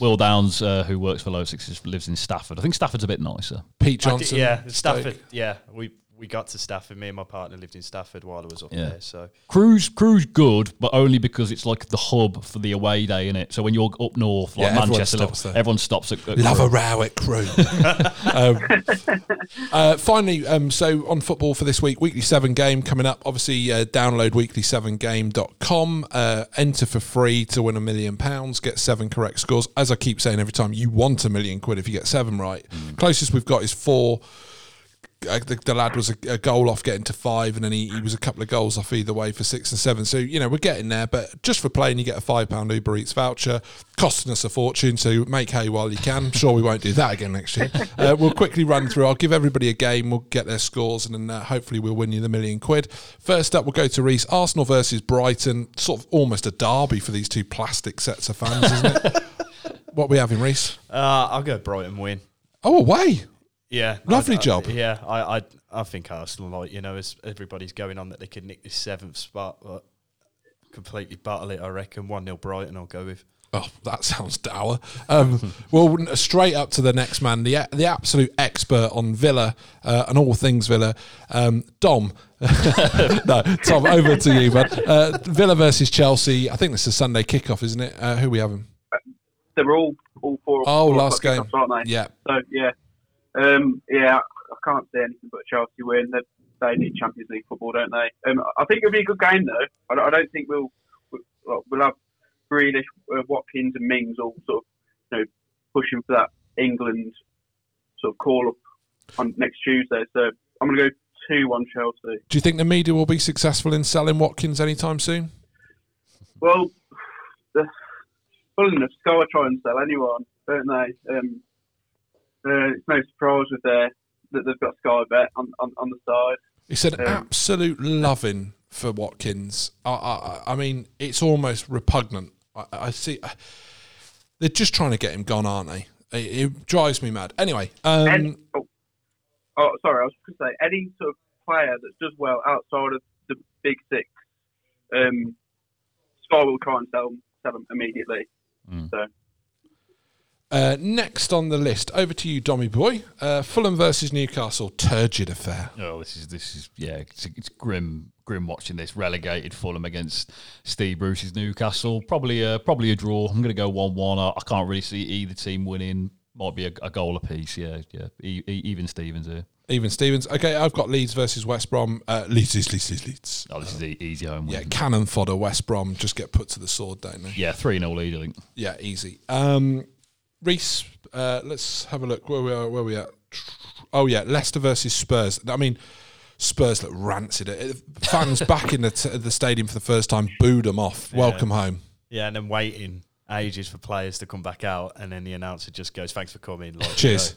B: Will Downs, uh, who works for Low Sixes, lives in Stafford. I think Stafford's a bit nicer.
A: Pete
C: I did-
A: Johnson.
C: yeah,
A: Stoke.
C: Stafford. Yeah, we we got to Stafford. Me and my partner lived in Stafford while I was up
B: Yeah.
C: there. So
B: Cruise, cruise, good, but only because it's like the hub for the away day, innit? So when you're up north, like
A: Yeah, everyone
B: Manchester,
A: stops there.
B: everyone stops at, at
A: Love
B: Crewe.
A: a row at crew. um, uh, finally, um, so on football for this week, weekly seven game coming up. Obviously, uh, download weekly7game.com. Uh, enter for free to win a million pounds. Get seven correct scores. As I keep saying every time, you want a million quid if you get seven right. Closest we've got is four. Uh, the, the lad was a, a goal off getting to five, and then he, he was a couple of goals off either way for six and seven. So you know we're getting there, but just for playing, you get a five pound Uber Eats voucher, costing us a fortune. So make hay while you can. sure, we won't do that again next year. Uh, we'll quickly run through. I'll give everybody a game. We'll get their scores, and then uh, hopefully we'll win you the million quid. First up, we'll go to Reese. Arsenal versus Brighton. Sort of almost a derby for these two plastic sets of fans, isn't it? what we having, Reese?
C: uh, I'll go Brighton win.
A: Oh, away.
C: Yeah,
A: Lovely
C: I- I-
A: job.
C: Yeah, I, I I think Arsenal, like you know, as everybody's going on that they could nick this seventh spot, but completely battle it. I reckon one 0 Brighton. I'll go with.
A: Oh, that sounds dour. Um, well, n- straight up to the next man, the the absolute expert on Villa uh, and all things Villa, um, Dom. no, Tom, over to you, man. Uh, Villa versus Chelsea. I think this is Sunday kickoff, isn't it? Uh, who we having?
D: They're all all four.
A: Oh,
D: four
A: last
D: o'clock
A: game.
D: kickoffs, aren't they?
A: Yeah,
D: So yeah, um, yeah, I can't say anything but Chelsea win. They, they need Champions League football, don't they? Um, I think it'll be a good game though. I, don't- I don't think we'll we'll we'll have Grealish, uh, Watkins, and Mings all sort of you know pushing for that England sort of call up on next Tuesday. So I'm going to go two one Chelsea.
A: Do you think the media will be successful in selling Watkins anytime soon?
D: Well, the Fulham have got to try and sell anyone, don't they? Um, uh, it's no surprise with their that they've got Sky Bet on, on, on the side.
A: It's an
D: Yeah.
A: absolute loving for Watkins. I, I, I- I mean, it's almost repugnant. I, I see. uh, they're just trying to get him gone, aren't they? It, it drives me mad. Anyway, um,
D: Any- oh, oh, sorry, I was just going to say any sort of player that does well outside of the big six, um, Sky will try and sell, sell them immediately. So
A: uh, next on the list, over to you, Dommy Boy. Uh, Fulham versus Newcastle, turgid affair.
B: Oh, this is this is yeah, it's, it's grim, grim watching this relegated Fulham against Steve Bruce's Newcastle. Probably a probably a draw. I'm going to go one-one. I, I can't really see either team winning. Might be a, a goal apiece. Yeah, yeah. E, e, even Stevens here.
A: Even Stevens. Okay, I've got Leeds versus West Brom. Uh, Leeds, Leeds, Leeds, Leeds, Leeds.
B: Oh, this is e- easy home
A: Yeah,
B: win.
A: cannon fodder. West Brom just get put to the sword, don't they?
B: Yeah, three 0 lead. I think.
A: Yeah, easy. Um, Reese, uh, let's have a look. Where we are? Where we at? Oh yeah, Leicester versus Spurs. I mean, Spurs look rancid. It- Fans back in the, t- the stadium for the first time booed them off. Welcome home.
C: Yeah, and then waiting ages for players to come back out, and then the announcer just goes, "Thanks for coming." Like, you
A: Cheers.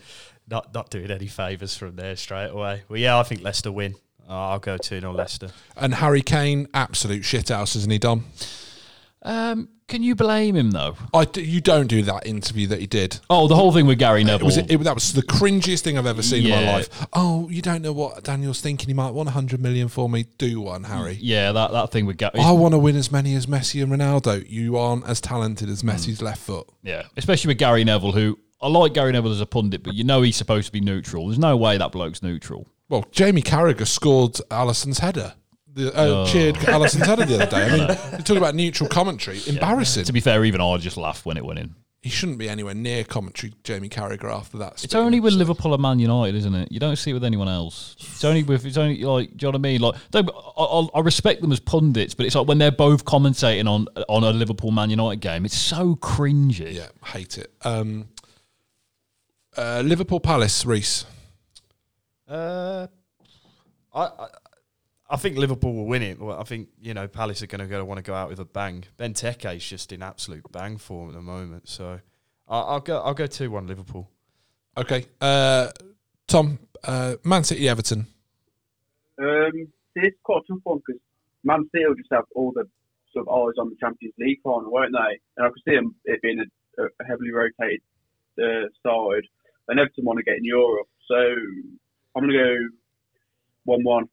C: know, not not doing any favors from there straight away. Well, yeah, I think Leicester win. Uh, I'll go two 0 Leicester.
A: And Harry Kane, absolute shithouse, isn't he, Dom?
B: Um, can you blame him though?
A: I d- you don't do that interview that he did.
B: Oh, the whole thing with Gary Neville.
A: It Uh, was it, that was the cringiest thing I've ever seen in my
B: Oh. Yeah.
A: life. Oh, you don't know what Daniel's thinking. He might want 100 million for me. Do one, Harry.
B: yeah, that, that thing with Gary.
A: I want to win as many as Messi and Ronaldo. You aren't as talented as Messi's left foot.
B: Yeah, especially with Gary Neville, who I like Gary Neville as a pundit, but you know he's supposed to be neutral. There's no way that bloke's neutral.
A: Well, Jamie Carragher scored Allison's header. The,
B: Oh.
A: uh, Cheered Allison's header the other day. I mean, you talk about neutral commentary. Embarrassing.
B: To be fair, even I just laughed when it went in.
A: He shouldn't be anywhere near commentary, Jamie Carragher, after that.
B: It's only with Liverpool and Man United, isn't it? You don't see it with anyone else. It's only with it's only like do you know what I mean? Like don't, I, I- I respect them as pundits, but it's like when they're both commentating on on a Liverpool Man United game, it's so cringy.
A: Yeah, hate it. Um, Uh, Liverpool Palace, Reese.
C: Uh, I, I I think Liverpool will win it. Well, I think you know Palace are going to go want to go out with a bang. Benteke is just in absolute bang form at the moment, so I, I'll go I'll go two one Liverpool.
A: Okay. Uh, Tom, uh, Man City, Everton.
D: Um, it's quite a tough one because Man City will just have all the sort of eyes on the Champions League final, won't they? And I can see them, it being a, a heavily rotated uh, side. And Everton want to get in Europe, so I'm going to go one-one.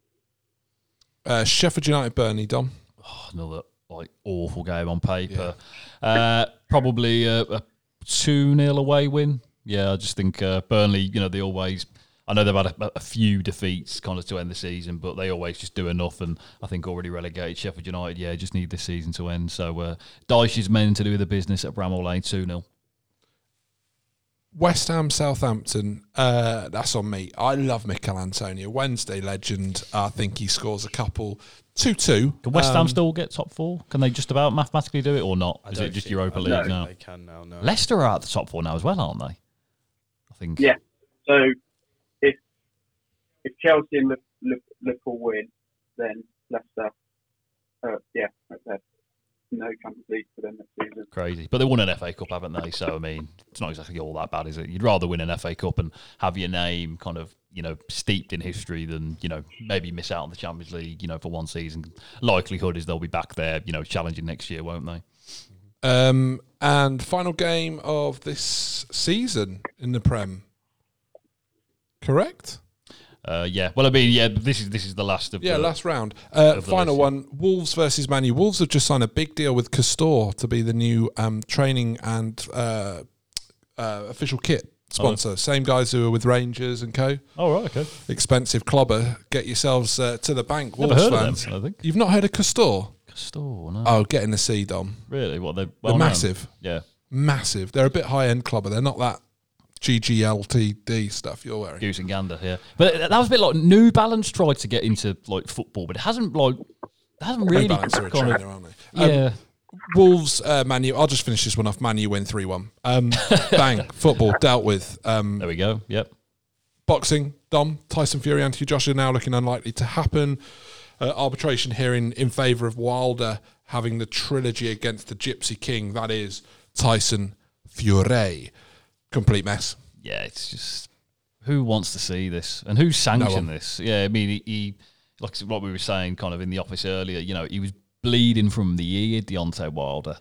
A: Uh, Sheffield United, Burnley, Dom.
B: Oh, another like awful game on paper. Uh, probably a, a two 0 away win. Yeah, I just think uh, Burnley. You know, they always. I know they've had a, a few defeats kind of to end the season, but they always just do enough. And I think already relegated Sheffield United. Yeah, just need this season to end. So uh, Dyche is meant to do the business at Bramall Lane two 0
A: West Ham, Southampton. Uh, that's on me. I love Mikel Antonio, Wednesday legend. I think he scores a couple. Two-two.
B: Can West Ham still get top four? Can they just about mathematically do it or not? Is
C: don't
B: it just
C: think-
B: Europa
C: I
B: League
C: don't think
B: now?
C: They can now. No.
B: Leicester are at the top four now as well, aren't they? I think.
D: Yeah. So if if Chelsea and Liv- Liv- Liverpool win, then Leicester, uh, yeah, like that. No Champions League for them next season.
B: Crazy. But they won an FA Cup, haven't they? So, I mean, it's not exactly all that bad, is it? You'd rather win an FA Cup and have your name kind of, you know, steeped in history than, you know, maybe miss out on the Champions League, you know, for one season. Likelihood is they'll be back there, you know, challenging next year, won't they?
A: Um, and final game of this season in the Prem. Correct?
B: Uh, yeah. Well, I mean, yeah, this is this is the last of
A: Yeah,
B: the,
A: last round. Uh,
B: of the
A: final
B: list,
A: one Wolves versus Manu. Wolves have just signed a big deal with Castor to be the new um, training and uh, uh, official kit sponsor. Same guys who are with Rangers and co.
B: Oh, right. Okay.
A: Expensive clobber. Get yourselves uh, to the bank, Wolves
B: Never heard
A: fans.
B: of them, I think.
A: You've not heard of Castor?
B: Castor, no.
A: Oh, get in the sea, Dom.
B: really? What, they're well-known?
A: massive.
B: Yeah.
A: Massive. They're a bit high end clobber. They're not that GGLTD stuff you're wearing.
B: Goose and Gander, yeah. But th- that was a bit like New Balance tried to get into, like, football, but it hasn't, like, it hasn't really
A: New Balance are a
B: kind of-
A: trainer, aren't they? Um,
B: Yeah.
A: Wolves, uh, Manu. I'll just finish this one off. Manu win three one. Um, bang. Football dealt with. Um,
B: there we go. Yep.
A: boxing. Dom Tyson Fury and Hugh Joshua now looking unlikely to happen. Uh, arbitration hearing in favour of Wilder having the trilogy against the Gypsy King. That is Tyson Fury. Complete mess.
B: yeah, it's just who wants to see this and who sanctioned this? Yeah, I mean, he, he like what we were saying kind of in the office earlier. You know, he was bleeding from the ear, Deontay Wilder.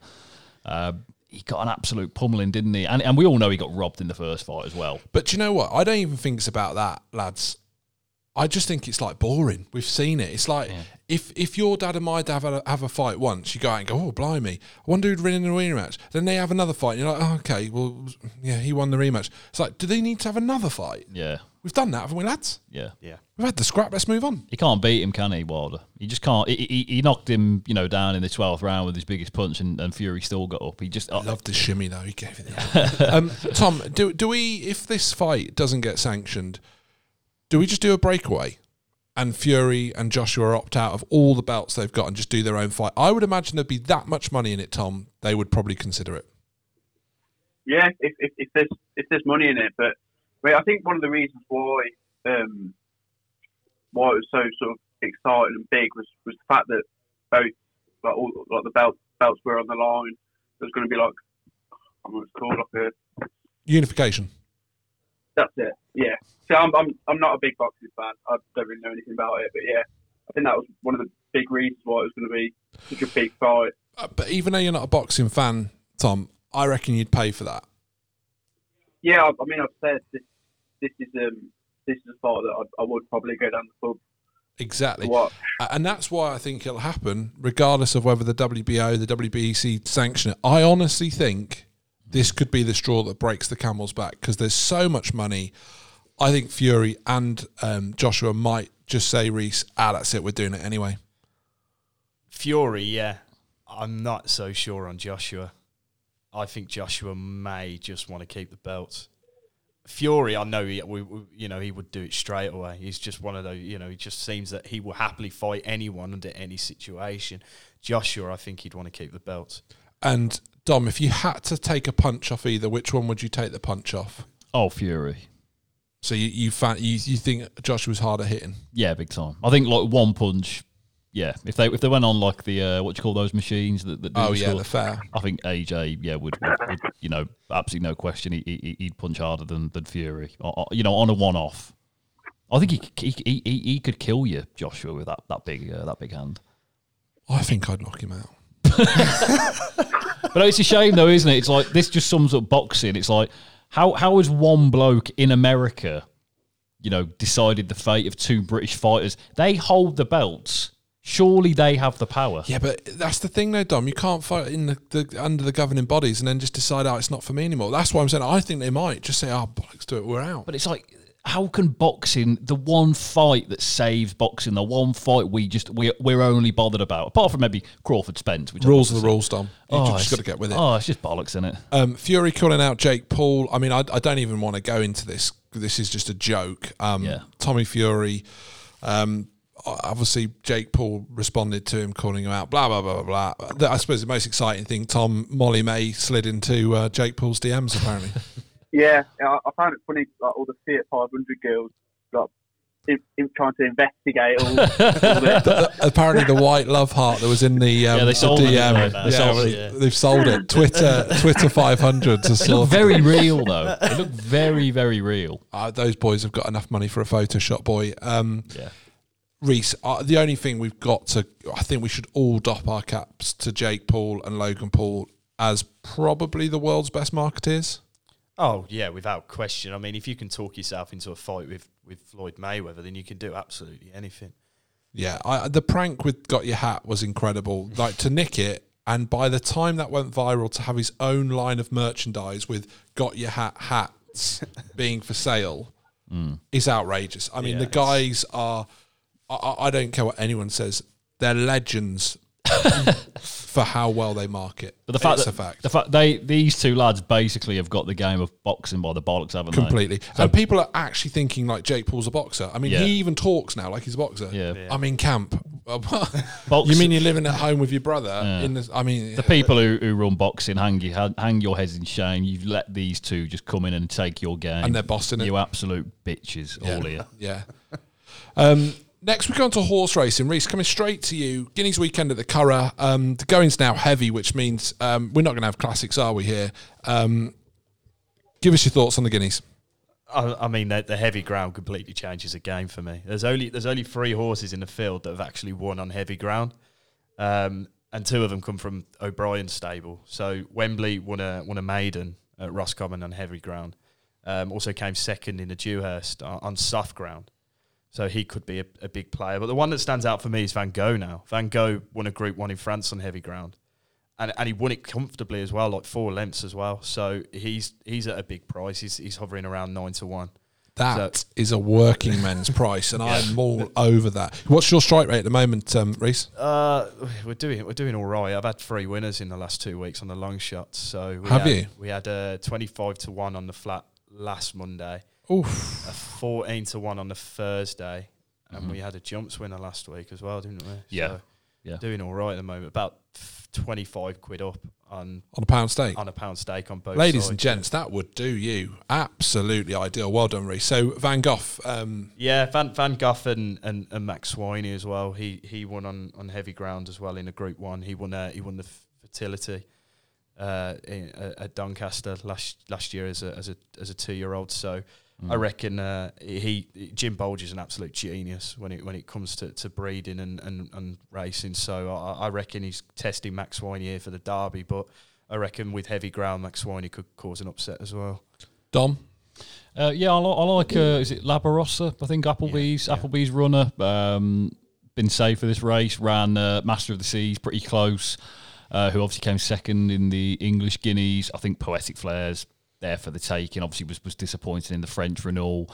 B: Uh, he got an absolute pummeling, didn't he? And, and we all know he got robbed in the first fight as well.
A: But do you know what? I don't even think it's about that, lads. I just think it's like boring. We've seen it. It's like if if your dad and my dad have a, have a fight once, you go out and go, oh blimey, I wonder who'd win in the rematch. Then they have another fight, and you're like, oh, okay, well, yeah, he won the rematch. It's like, do they need to have another fight?
B: Yeah,
A: We've done that, haven't we, lads?
B: yeah.
C: Yeah.
A: We've had the scrap. Let's move on.
B: He can't beat him, can he, Wilder? He just can't. He, he, he knocked him, you know, down in the twelfth round with his biggest punch, and, and Fury still got up. He just uh,
A: I love the shimmy though. He gave it. the- um, Tom, do do we? If this fight doesn't get sanctioned, do we just do a breakaway? And Fury and Joshua opt out of all the belts they've got and just do their own fight. I would imagine there'd be that much money in it, Tom. They would probably consider it.
D: Yeah, if, if, if there's if there's money in it, but but I think one of the reasons why um, why it was so sort of exciting and big was, was the fact that both like all like the belt belts were on the line. There's going to be like I don't know what it's called like a
A: Unification.
D: That's it. Yeah. So I'm, I'm, I'm not a big boxing fan. I don't really know anything about it, but yeah, I think that was one of the big reasons why it was going to be such a big fight.
A: Uh, but even though you're not a boxing fan, Tom, I reckon you'd pay for that.
D: Yeah, I, I mean, I've said this, this is um, this is a fight that I, I would probably go down the pub
A: Exactly.
D: to watch.
A: A- And that's why I think it'll happen, regardless of whether the WBO, the WBC sanction it. I honestly think this could be the straw that breaks the camel's back because there's so much money. I think Fury and um, Joshua might just say, Reese, ah, that's it, we're doing it anyway.
C: Fury, yeah. I'm not so sure on Joshua. I think Joshua may just want to keep the belt. Fury, I know he, we, we, you know, he would do it straight away. He's just one of those, you know, he just seems that he will happily fight anyone under any situation. Joshua, I think he'd want to keep the belt.
A: And Dom, if you had to take a punch off either, which one would you take the punch off?
B: Oh, Fury.
A: So you you, fa- you you think Joshua's harder hitting?
B: Yeah, big time. I think like one punch. Yeah, if they if they went on like the uh, what do you call those machines that, that do
A: Oh
B: the
A: yeah,
B: sort-
A: the fair.
B: I think AJ, yeah, would, would, would, you know, absolutely no question. He, he, he'd punch harder than, than Fury, or, or, you know, on a one off. I think he, c- he, he he could kill you, Joshua, with that that big uh, that big hand.
A: I think I'd knock him out.
B: But it's a shame though, isn't it? It's like this just sums up boxing. It's like how how has one bloke in America, you know, decided the fate of two British fighters? They hold the belts. Surely they have the power.
A: Yeah, but that's the thing though, Dom. You can't fight in the, the under the governing bodies and then just decide, oh, it's not for me anymore. That's why I'm saying I think they might just say, oh, bollocks to it, we're out.
B: But it's like, how can boxing, the one fight that saves boxing, the one fight we just we we're only bothered about, apart from maybe Crawford Spence, which
A: Rules
B: I
A: are the rules, Dom. You
B: Oh,
A: just
B: it's-
A: got to get with it.
B: Oh, it's just bollocks, isn't it?
A: Um, Fury calling out Jake Paul. I mean, I, I don't even want to go into this. This is just a joke. Um,
B: Yeah.
A: Tommy Fury. Um, o- obviously, Jake Paul responded to him, calling him out. Blah blah blah blah blah. The- I suppose the most exciting thing, Tom Molly May slid into uh, Jake Paul's DMs apparently.
D: Yeah, I, I found it funny, like all the Fiat 500 girls, like, in, in trying to investigate all, all the,
A: Uh, apparently, the white love heart that was in the um,
B: Yeah, they sold
A: the
B: it,
A: DM.
B: didn't they? They
A: yeah,
B: sold
A: well,
B: it, yeah.
A: they've sold it. Twitter Twitter five hundred to
B: They
A: sort.
B: look very real, though. They look very, very real.
A: Uh, those boys have got enough money for a Photoshop boy. Um,
B: Yeah.
A: Reese, uh, the only thing we've got to, I think we should all doff our caps to Jake Paul and Logan Paul as probably the world's best marketeers.
C: Oh yeah, without question. I mean, if you can talk yourself into a fight with with Floyd Mayweather, then you can do absolutely anything.
A: Yeah, I, the prank with got your hat was incredible. Like to nick it, and by the time that went viral, to have his own line of merchandise with got your hat hats being for sale
B: Mm.
A: is outrageous. I mean, the guys are. I- I, I don't care what anyone says; they're legends for how well they market.
B: But the fact
A: it's
B: that
A: a fact.
B: the fact they these two lads basically have got the game of boxing by the bollocks, haven't they?
A: Completely. and people are actually thinking like Jake Paul's a boxer. I mean,
B: Yeah.
A: he even talks now like he's a boxer.
B: Yeah. Yeah.
A: I'm in camp. you
B: Boxer.
A: mean you're living at home with your brother? In the, I mean,
B: The people who, who run boxing hang your hang your heads in shame. You've let these two just come in and take your game,
A: And they're bossing it.
B: You absolute bitches, all of you.
A: yeah. Um, next, we go on to horse racing. Reese, coming straight to you. Guineas weekend at the Curragh. Um, the going's now heavy, which means um, we're not going to have classics, are we? Here. Um, give us your thoughts on the Guineas.
C: I, I mean, the, the heavy ground completely changes the game for me. There's only there's only three horses in the field that have actually won on heavy ground, um, and two of them come from O'Brien's stable. So Wembley won a won a maiden at Roscommon on heavy ground. Um, also came second in the Dewhurst on, on soft ground. So he could be a, a big player. But the one that stands out for me is Van Gogh now. Van Gogh won a Group 1 in France on heavy ground. And, and he won it comfortably as well, like four lengths as well. So he's he's at a big price. He's, he's hovering around 9 to 1.
A: That is a working man's price, and I'm all over that. What's your strike rate at the moment, um, Reese?
C: Uh, we're doing we're doing all right. I've had three winners in the last two weeks on the long shots. So we
A: Have
C: had,
A: you?
C: We had a 25 to 1 on the flat last Monday,
A: Oof.
C: a 14 to 1 on the Thursday, and
A: Mm-hmm.
C: we had a jumps winner last week as well, didn't we?
B: Yeah.
C: So
B: Yeah.
C: Doing all right at the moment. About 25 quid up on
A: on a pound steak.
C: on a pound stake on both
A: Ladies
C: sides.
A: and gents, that would do you. Absolutely ideal. Well done, Reese. So Van Gogh, um,
C: Yeah, Van Van Gogh and, and, and Max Swiney as well. He he won on, on heavy ground as well in a Group One. He won uh, he won the fertility uh, in, uh, at Doncaster last last year as a as a as a two year old. So I reckon uh, he Jim Bolger's an absolute genius when it when it comes to, to breeding and, and, and racing. So I, I reckon he's testing Max Swiney here for the Derby, but. I reckon with heavy ground, Max Swiney could cause an upset as well.
A: Dom,
B: Uh, yeah, I, li- I like. Uh, is it Labarossa? I think Applebee's. Applebee's runner. Um, been safe for this race. Ran uh, Master of the Seas pretty close. Uh, who obviously came second in the English Guineas. I think Poetic Flair's there for the taking. Obviously was was disappointing in the French Renault.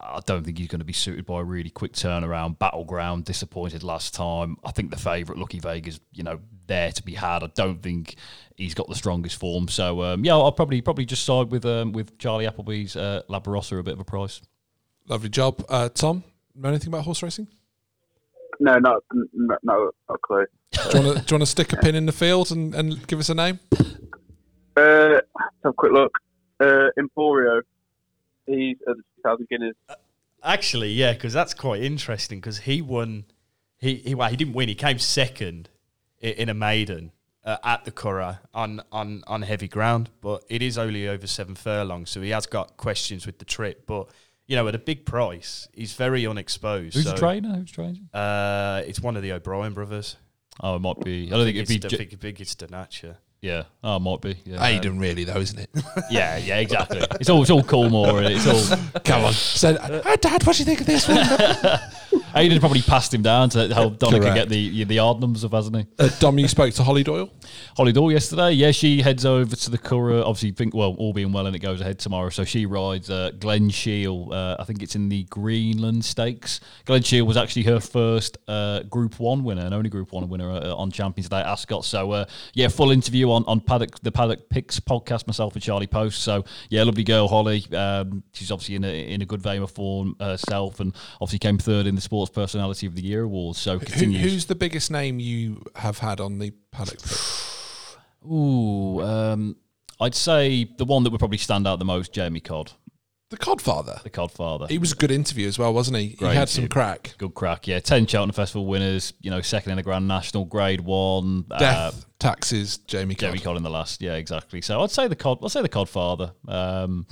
B: I don't think he's going to be suited by a really quick turnaround. Battleground disappointed last time. I think the favourite Lucky Vega's you know there to be had. I don't think he's got the strongest form. So um, yeah, I'll probably probably just side with um, with Charlie Appleby's uh, Labarossa a bit of a price.
A: lovely job. Uh, Tom, know anything about horse racing?
D: no, not, n- n- no, not a clue.
A: Do you want to stick a pin in the field and, and give us a name?
D: Uh, let's have a quick look. Uh, Emporio, he's at the 2000 Guinness.
C: Actually, yeah, because that's quite interesting. Because he won, he, he well, he didn't win. He came second in, in a maiden uh, at the Curragh on on on heavy ground, but it is only over seven furlongs, so he has got questions with the trip. But you know, at a big price, he's very unexposed.
B: Who's
C: so,
B: the trainer? Who's training?
C: Uh, it's one of the O'Brien brothers.
B: Oh, it might be. I don't think
C: it's
B: it'd be.
C: the
B: J-
C: big, big, it's Donatcha.
B: yeah. Oh, it might be. Yeah.
A: Aiden, really though, isn't it?
B: Yeah. Yeah. Exactly. it's all. It's all Coolmore. and It's all.
A: Come on, said, "Oh, Dad, what do you think of this one?
B: Aiden probably passed him down to help Donna could
A: Correct.
B: get the the odd numbers of, hasn't he?
A: uh, Dom, you spoke to Holly Doyle.
B: Holly Doyle yesterday. Yeah, she heads over to the Curragh. Obviously, think well, all being well, and it goes ahead tomorrow. So she rides uh, Glen Shiel. Uh, I think it's in the Greenland Stakes. Glen Shiel was actually her first uh, Group One winner and only Group One winner uh, on Champions Day at Ascot. So uh, yeah, full interview on on Paddock the Paddock Picks podcast. Myself and Charlie Post. So yeah, lovely girl Holly. Um, she's obviously in a in a good vein of form uh, herself, and obviously came third in the Sports Personality of the Year awards. So
A: Who,
B: continues.
A: who's the biggest name you have had on the paddock? pitch?
B: Ooh, um, I'd say the one that would probably stand out the most, Jamie Codd,
A: The Codfather.
B: the Codd father.
A: He was a good interview as well, wasn't he?
B: Great
A: he had some
B: interview.
A: crack.
B: Good crack, yeah. Ten Cheltenham Festival winners, you know, second in the Grand National, Grade One. Uh,
A: Death, taxes, Uh, Jamie Codd.
B: Jamie Codd in the last, yeah, exactly. So I'd say the Cod, I'd say the Cod father. Um,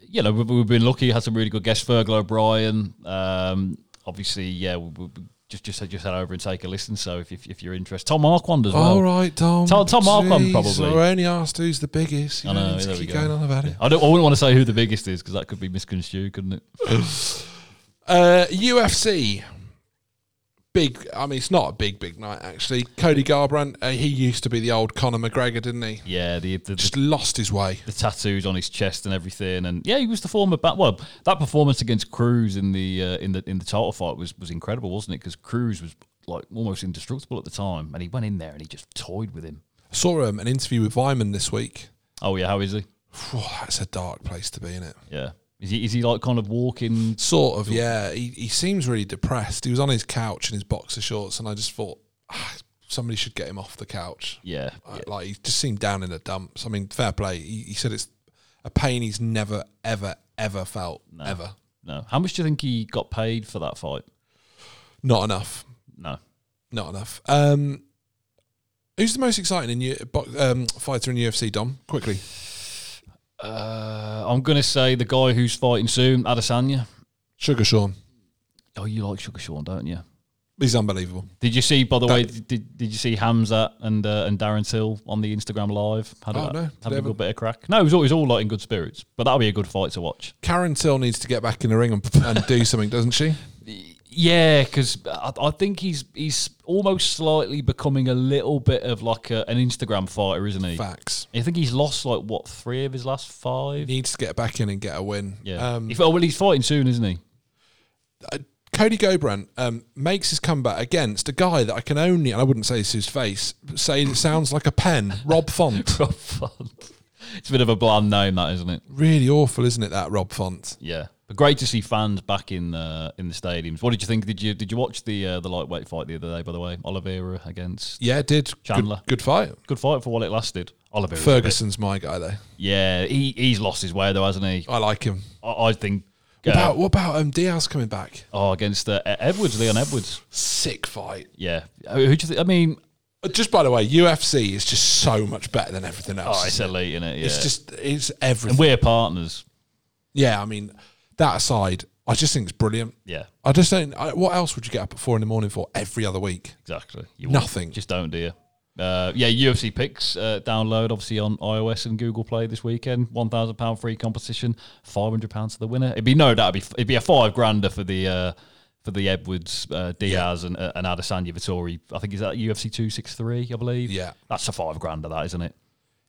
B: you know, we've, we've been lucky, had some really good guests, Fergal O'Brien. Um, obviously, yeah, we, we we just just just head over and take a listen. So if if, if you're interested, Tom Marquand as well.
A: All right, Tom.
B: Tom- Tom Marquand,
A: Jeez,
B: probably.
A: I only asked who's the biggest. You
B: I
A: know,
B: know,
A: just
B: there we
A: keep
B: go.
A: going on about it.
B: I don't. I wouldn't want to say who the biggest is because that could be misconstrued, couldn't it?
A: Uh, UFC. Big. I mean, it's not a big, big night actually. Cody Garbrandt. Uh, he used to be the old Conor McGregor, didn't he?
B: Yeah, the the, the,
A: Just lost his way.
B: the tattoos on his chest and everything, and yeah, he was the former. Bat- well, that performance against Cruz in the uh, in the in the title fight was was incredible, wasn't it? Because Cruz was like almost indestructible at the time, and he went in there and he just toyed with him.
A: Saw um, an interview with Vyman this week.
B: Oh yeah, how is he?
A: Phew, that's a dark place to be, isn't it?
B: Yeah, is he is he like kind of walking?
A: Sort of, yeah. He, he seems really depressed. He was on his couch in his boxer shorts, and I just thought ah, somebody should get him off the couch.
B: Yeah,
A: Uh, Like he just seemed down in the dumps. I mean, fair play. He, he said it's a pain he's never, ever, ever felt, ever.
B: no. How much do you think he got paid for that fight?
A: Not enough.
B: No,
A: Not enough. Um, who's the most exciting in U- bo- um, fighter in UFC? Dom, quickly.
B: uh, I'm gonna say the guy who's fighting soon, Adesanya.
A: Sugar Sean.
B: Oh, you like Sugar Sean, don't you?
A: He's unbelievable.
B: Did you see, by the way,
A: That-
B: did, did you see Hamza and uh, and Darren Till on the Instagram live? Had
A: Oh,
B: a,
A: no. Did
B: had
A: they
B: a
A: have a-
B: good bit of crack. No, it was always all like in good spirits, but that'll be a good fight to watch.
A: Karen Till needs to get back in the ring and, and do something, doesn't she?
B: Yeah, because I, I think he's he's almost slightly becoming a little bit of like a, an Instagram fighter, isn't he?
A: Facts.
B: I think he's lost like what three of his last five.
A: Needs to get back in and get a win.
B: Yeah.
A: Um,
B: If- oh well, he's fighting soon, isn't he?
A: Cody Gobran um, makes his comeback against a guy that I can only, and I wouldn't say it's his face, but say it sounds like a pen, Rob Font.
B: Rob Font. It's a bit of a bland name, that isn't it?
A: really awful, isn't it, that Rob Font?
B: Yeah, but great to see fans back in the in the stadiums. What did you think? Did you did you watch the uh, the lightweight fight the other day? By the way, Oliveira against
A: Yeah, did. Good-
B: Chandler.
A: Good, fight.
B: good fight for what it lasted. Oliveira,
A: Ferguson's my guy, though.
B: yeah, he he's lost his way though, hasn't he?
A: I like him.
B: I, I think. uh,
A: What about, what about um, Diaz coming back?
B: oh, against uh, Edwards, Leon Edwards.
A: Sick fight.
B: Yeah, who, who do you think? I mean,
A: Uh, Just by the way, UFC is just so much better than everything else.
B: oh, it's elite in it. Yeah,
A: It's just, it's
B: and
A: everything.
B: we're partners.
A: yeah, I mean, that aside, I just think it's brilliant.
B: Yeah,
A: I just don't, I, what else would you get up at four in the morning for every other week?
B: exactly. You won't.
A: Nothing.
B: Just don't, do you? Uh, yeah, UFC picks uh, download obviously on iOS and Google Play this weekend. One thousand pound free competition, five hundred pounds to the winner. It'd be no doubt. It'd be, it'd be a five grander for the uh, for the Edwards, uh, Diaz, and uh, and Adesanya Vittori. I think is that UFC two six three, I believe.
A: Yeah.
B: that's a five grander, that isn't it?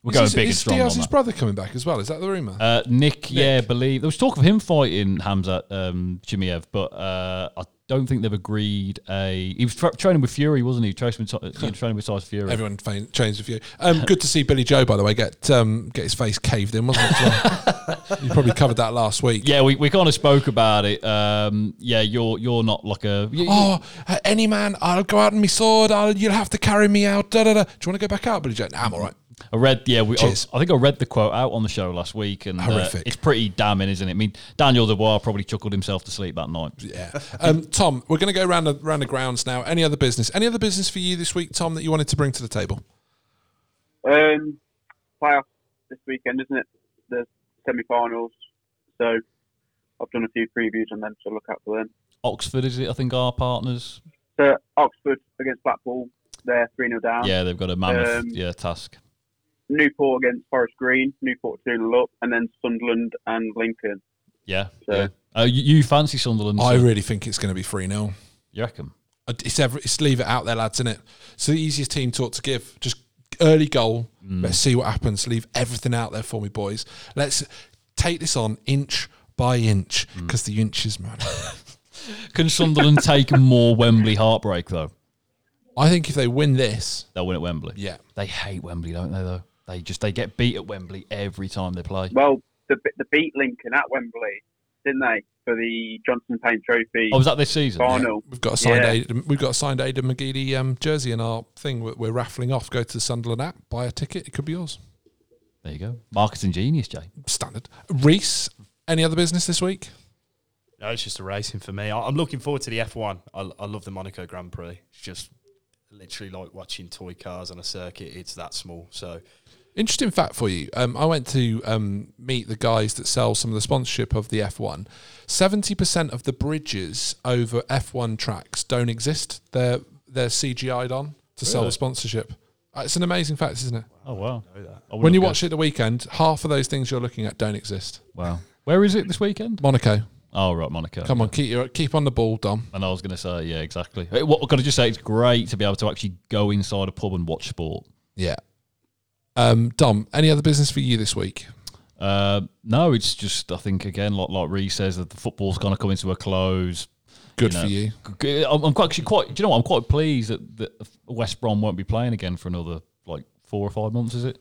B: We're
A: Is
B: going
A: his-
B: big and
A: is
B: strong
A: Diaz's
B: on that.
A: brother coming back as well? Is that the rumor?
B: Uh, Nick, yeah, believe there was talk of him fighting Hamza um, Chimiev, but uh, I don't think they've agreed a. He was tra- training with Fury, wasn't he? Training with, Ty- he was training with Tyson Fury.
A: Everyone fa- changed with you. Um, good to see Billy Joe, by the way, get um, get his face caved in, wasn't it? as well? you probably covered that last week.
B: yeah, we, we kind of spoke about it. Um, yeah, you're you're not like a. you-
A: Oh, uh, any man, I'll go out in my sword. I'll, you'll have to carry me out. Da, da, da. Do you want to go back out, Billy Joe? Nah, I'm all right.
B: I read, yeah, we, I,
A: Oh. Cheers.
B: I think I read the quote out on the show last week, and uh,
A: Horrific.
B: it's pretty damning, isn't it? I mean, Daniel Dubois probably chuckled himself to sleep that night.
A: Yeah. Um, Tom, we're going to go round the, round the grounds now. Any other business? Any other business for you this week, Tom, that you wanted to bring to the table?
D: Um, playoff this weekend, isn't it? The semi-finals. So I've done a few previews on them, so look out for them.
B: Oxford, is it? I think our partners.
D: So Oxford against Blackpool, they're three 0 down.
B: Yeah, they've got a mammoth
D: Uh, Um,
B: yeah task.
D: Newport against Forest Green, Newport two 0 up, and then Sunderland and Lincoln.
B: Yeah.
D: So
B: Uh, you, you fancy Sunderland?
A: I
B: sir?
A: really think it's going to be 3 0.
B: you reckon?
A: It's, every, it's leave it out there, lads, isn't it? It's the easiest team talk to give. Just early goal. Let's see what happens. Leave everything out there for me, boys. Let's take this on inch by inch because the inches matter.
B: Can Sunderland take more Wembley heartbreak though?
A: I think if they win this,
B: They'll win at Wembley.
A: yeah.
B: They hate Wembley, don't they? Though they just they get beat at Wembley every time they play.
D: Well, the the beat Lincoln at Wembley, didn't they, for the Johnson Payne Trophy
B: Oh, was that this season?
D: final?
A: We've got a signed
D: Yeah.
A: Aidan, we've got a signed Aidan McGeady um, jersey in our thing. We're, we're raffling off. Go to the Sunderland app, buy a ticket. It could be yours.
B: There you go. Marketing genius, Jay.
A: Standard. Reese, any other business this week?
C: No, it's just a racing for me. I, I'm looking forward to the F1. I, I love the Monaco Grand Prix. It's just literally like watching toy cars on a circuit. It's that small. So
A: Interesting fact for you. Um, I went to um, meet the guys that sell some of the sponsorship of the F1. 70% of the bridges over F1 tracks don't exist. They're, they're CGI'd on to sell the sponsorship. Uh, It's an amazing fact, isn't it?
B: Oh wow.
A: When you watch it the weekend, half of those things you're looking at don't exist.
B: wow. Where is it this weekend?
A: Monaco,
B: Oh right, Monaco.
A: come on, keep, your, keep on the ball, Dom.
B: And I was going to say, yeah, exactly. Hey, What can I just say? It's great to be able to actually go inside a pub and watch sport.
A: Yeah. Um, Dom, any other business for you this week?
B: Uh, no, it's just I think again, like like Ree says, that the football's kind of coming to a close.
A: Good
B: know.
A: for you.
B: G- I'm I'm quite, actually quite. Do you know what? I'm quite pleased that, that West Brom won't be playing again for another like four or five months. Is it?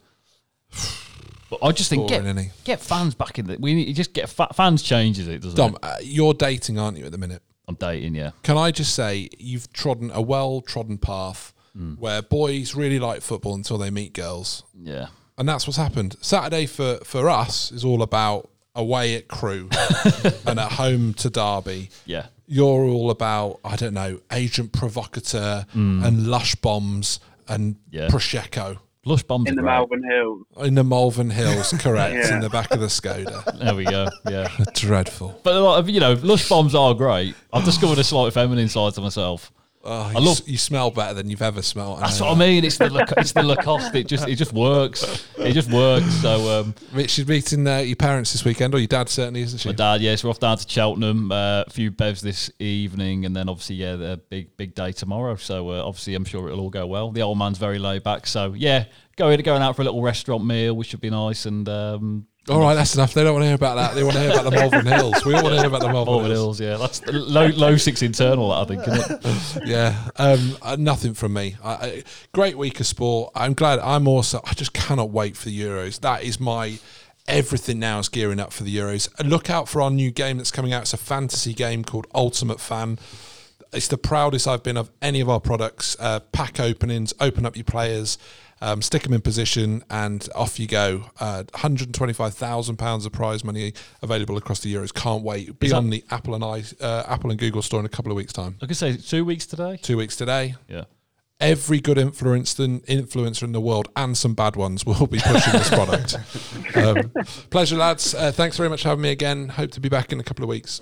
B: But I just think
A: Boring, isn't
B: get,
A: he?
B: get fans back in. The, we need just get fa- fans changes it. Doesn't
A: Dom,
B: it?
A: uh, you're dating, aren't you, at the minute?
B: I'm dating. Yeah,
A: Can I just say you've trodden a well trodden path
B: Mm.
A: where boys really like football until they meet girls.
B: yeah.
A: And that's what's happened. Saturday for, for us is all about away at crew and at home to Derby.
B: Yeah.
A: You're all about, I don't know, agent provocateur and lush bombs and
B: Mm. Yeah.
A: Prosecco
B: Lush bombs.
D: in
B: are
D: the
B: great.
D: Malvern Hills.
A: in the Malvern Hills, correct,
D: Yeah.
A: in the back of the Skoda.
B: There we go. Yeah.
A: Dreadful.
B: But a lot of, you know, lush bombs are great. I've discovered a slight feminine side to myself.
A: Oh, you,
B: love-
A: s- you smell better than you've ever smelled.
B: That's what I mean. It's the Lac- it's the Lacoste. It just it just works. It just works. So um,
A: Rich, you're meeting uh, your parents this weekend, or your dad certainly, isn't she?
B: my dad, yes, we're off down to Cheltenham. Uh, a few bevs this evening, and then obviously yeah, the big big day tomorrow. So uh, obviously I'm sure it'll all go well. The old man's very laid back. So yeah, going going out for a little restaurant meal, which should be nice. And um,
A: All right, that's enough. They don't want to hear about that. They want to hear about the Malvern Hills. We all want to hear about the Malvern,
B: Malvern
A: Hills.
B: Hills, yeah, that's the low low six internal. I think. Isn't it?
A: Yeah, um, uh, nothing from me. I, I, great week of sport. I'm glad. I'm also. I just cannot wait for the Euros. That is my everything. Now is gearing up for the Euros. And look out for our new game that's coming out. It's a fantasy game called Ultimate Fan. It's the proudest I've been of any of our products. Uh, pack openings. Open up your players. Um, stick them in position and off you go. Uh, £125,000 of prize money available across the Euros. Can't wait. Be on the Apple and I, uh, Apple and Google store in a couple of weeks' time.
B: I could say it's two weeks today.
A: Two weeks today
B: Yeah.
A: every good influence influencer in the world and some bad ones will be pushing this product. Um, pleasure, lads. Uh, thanks very much for having me again. Hope to be back in a couple of weeks.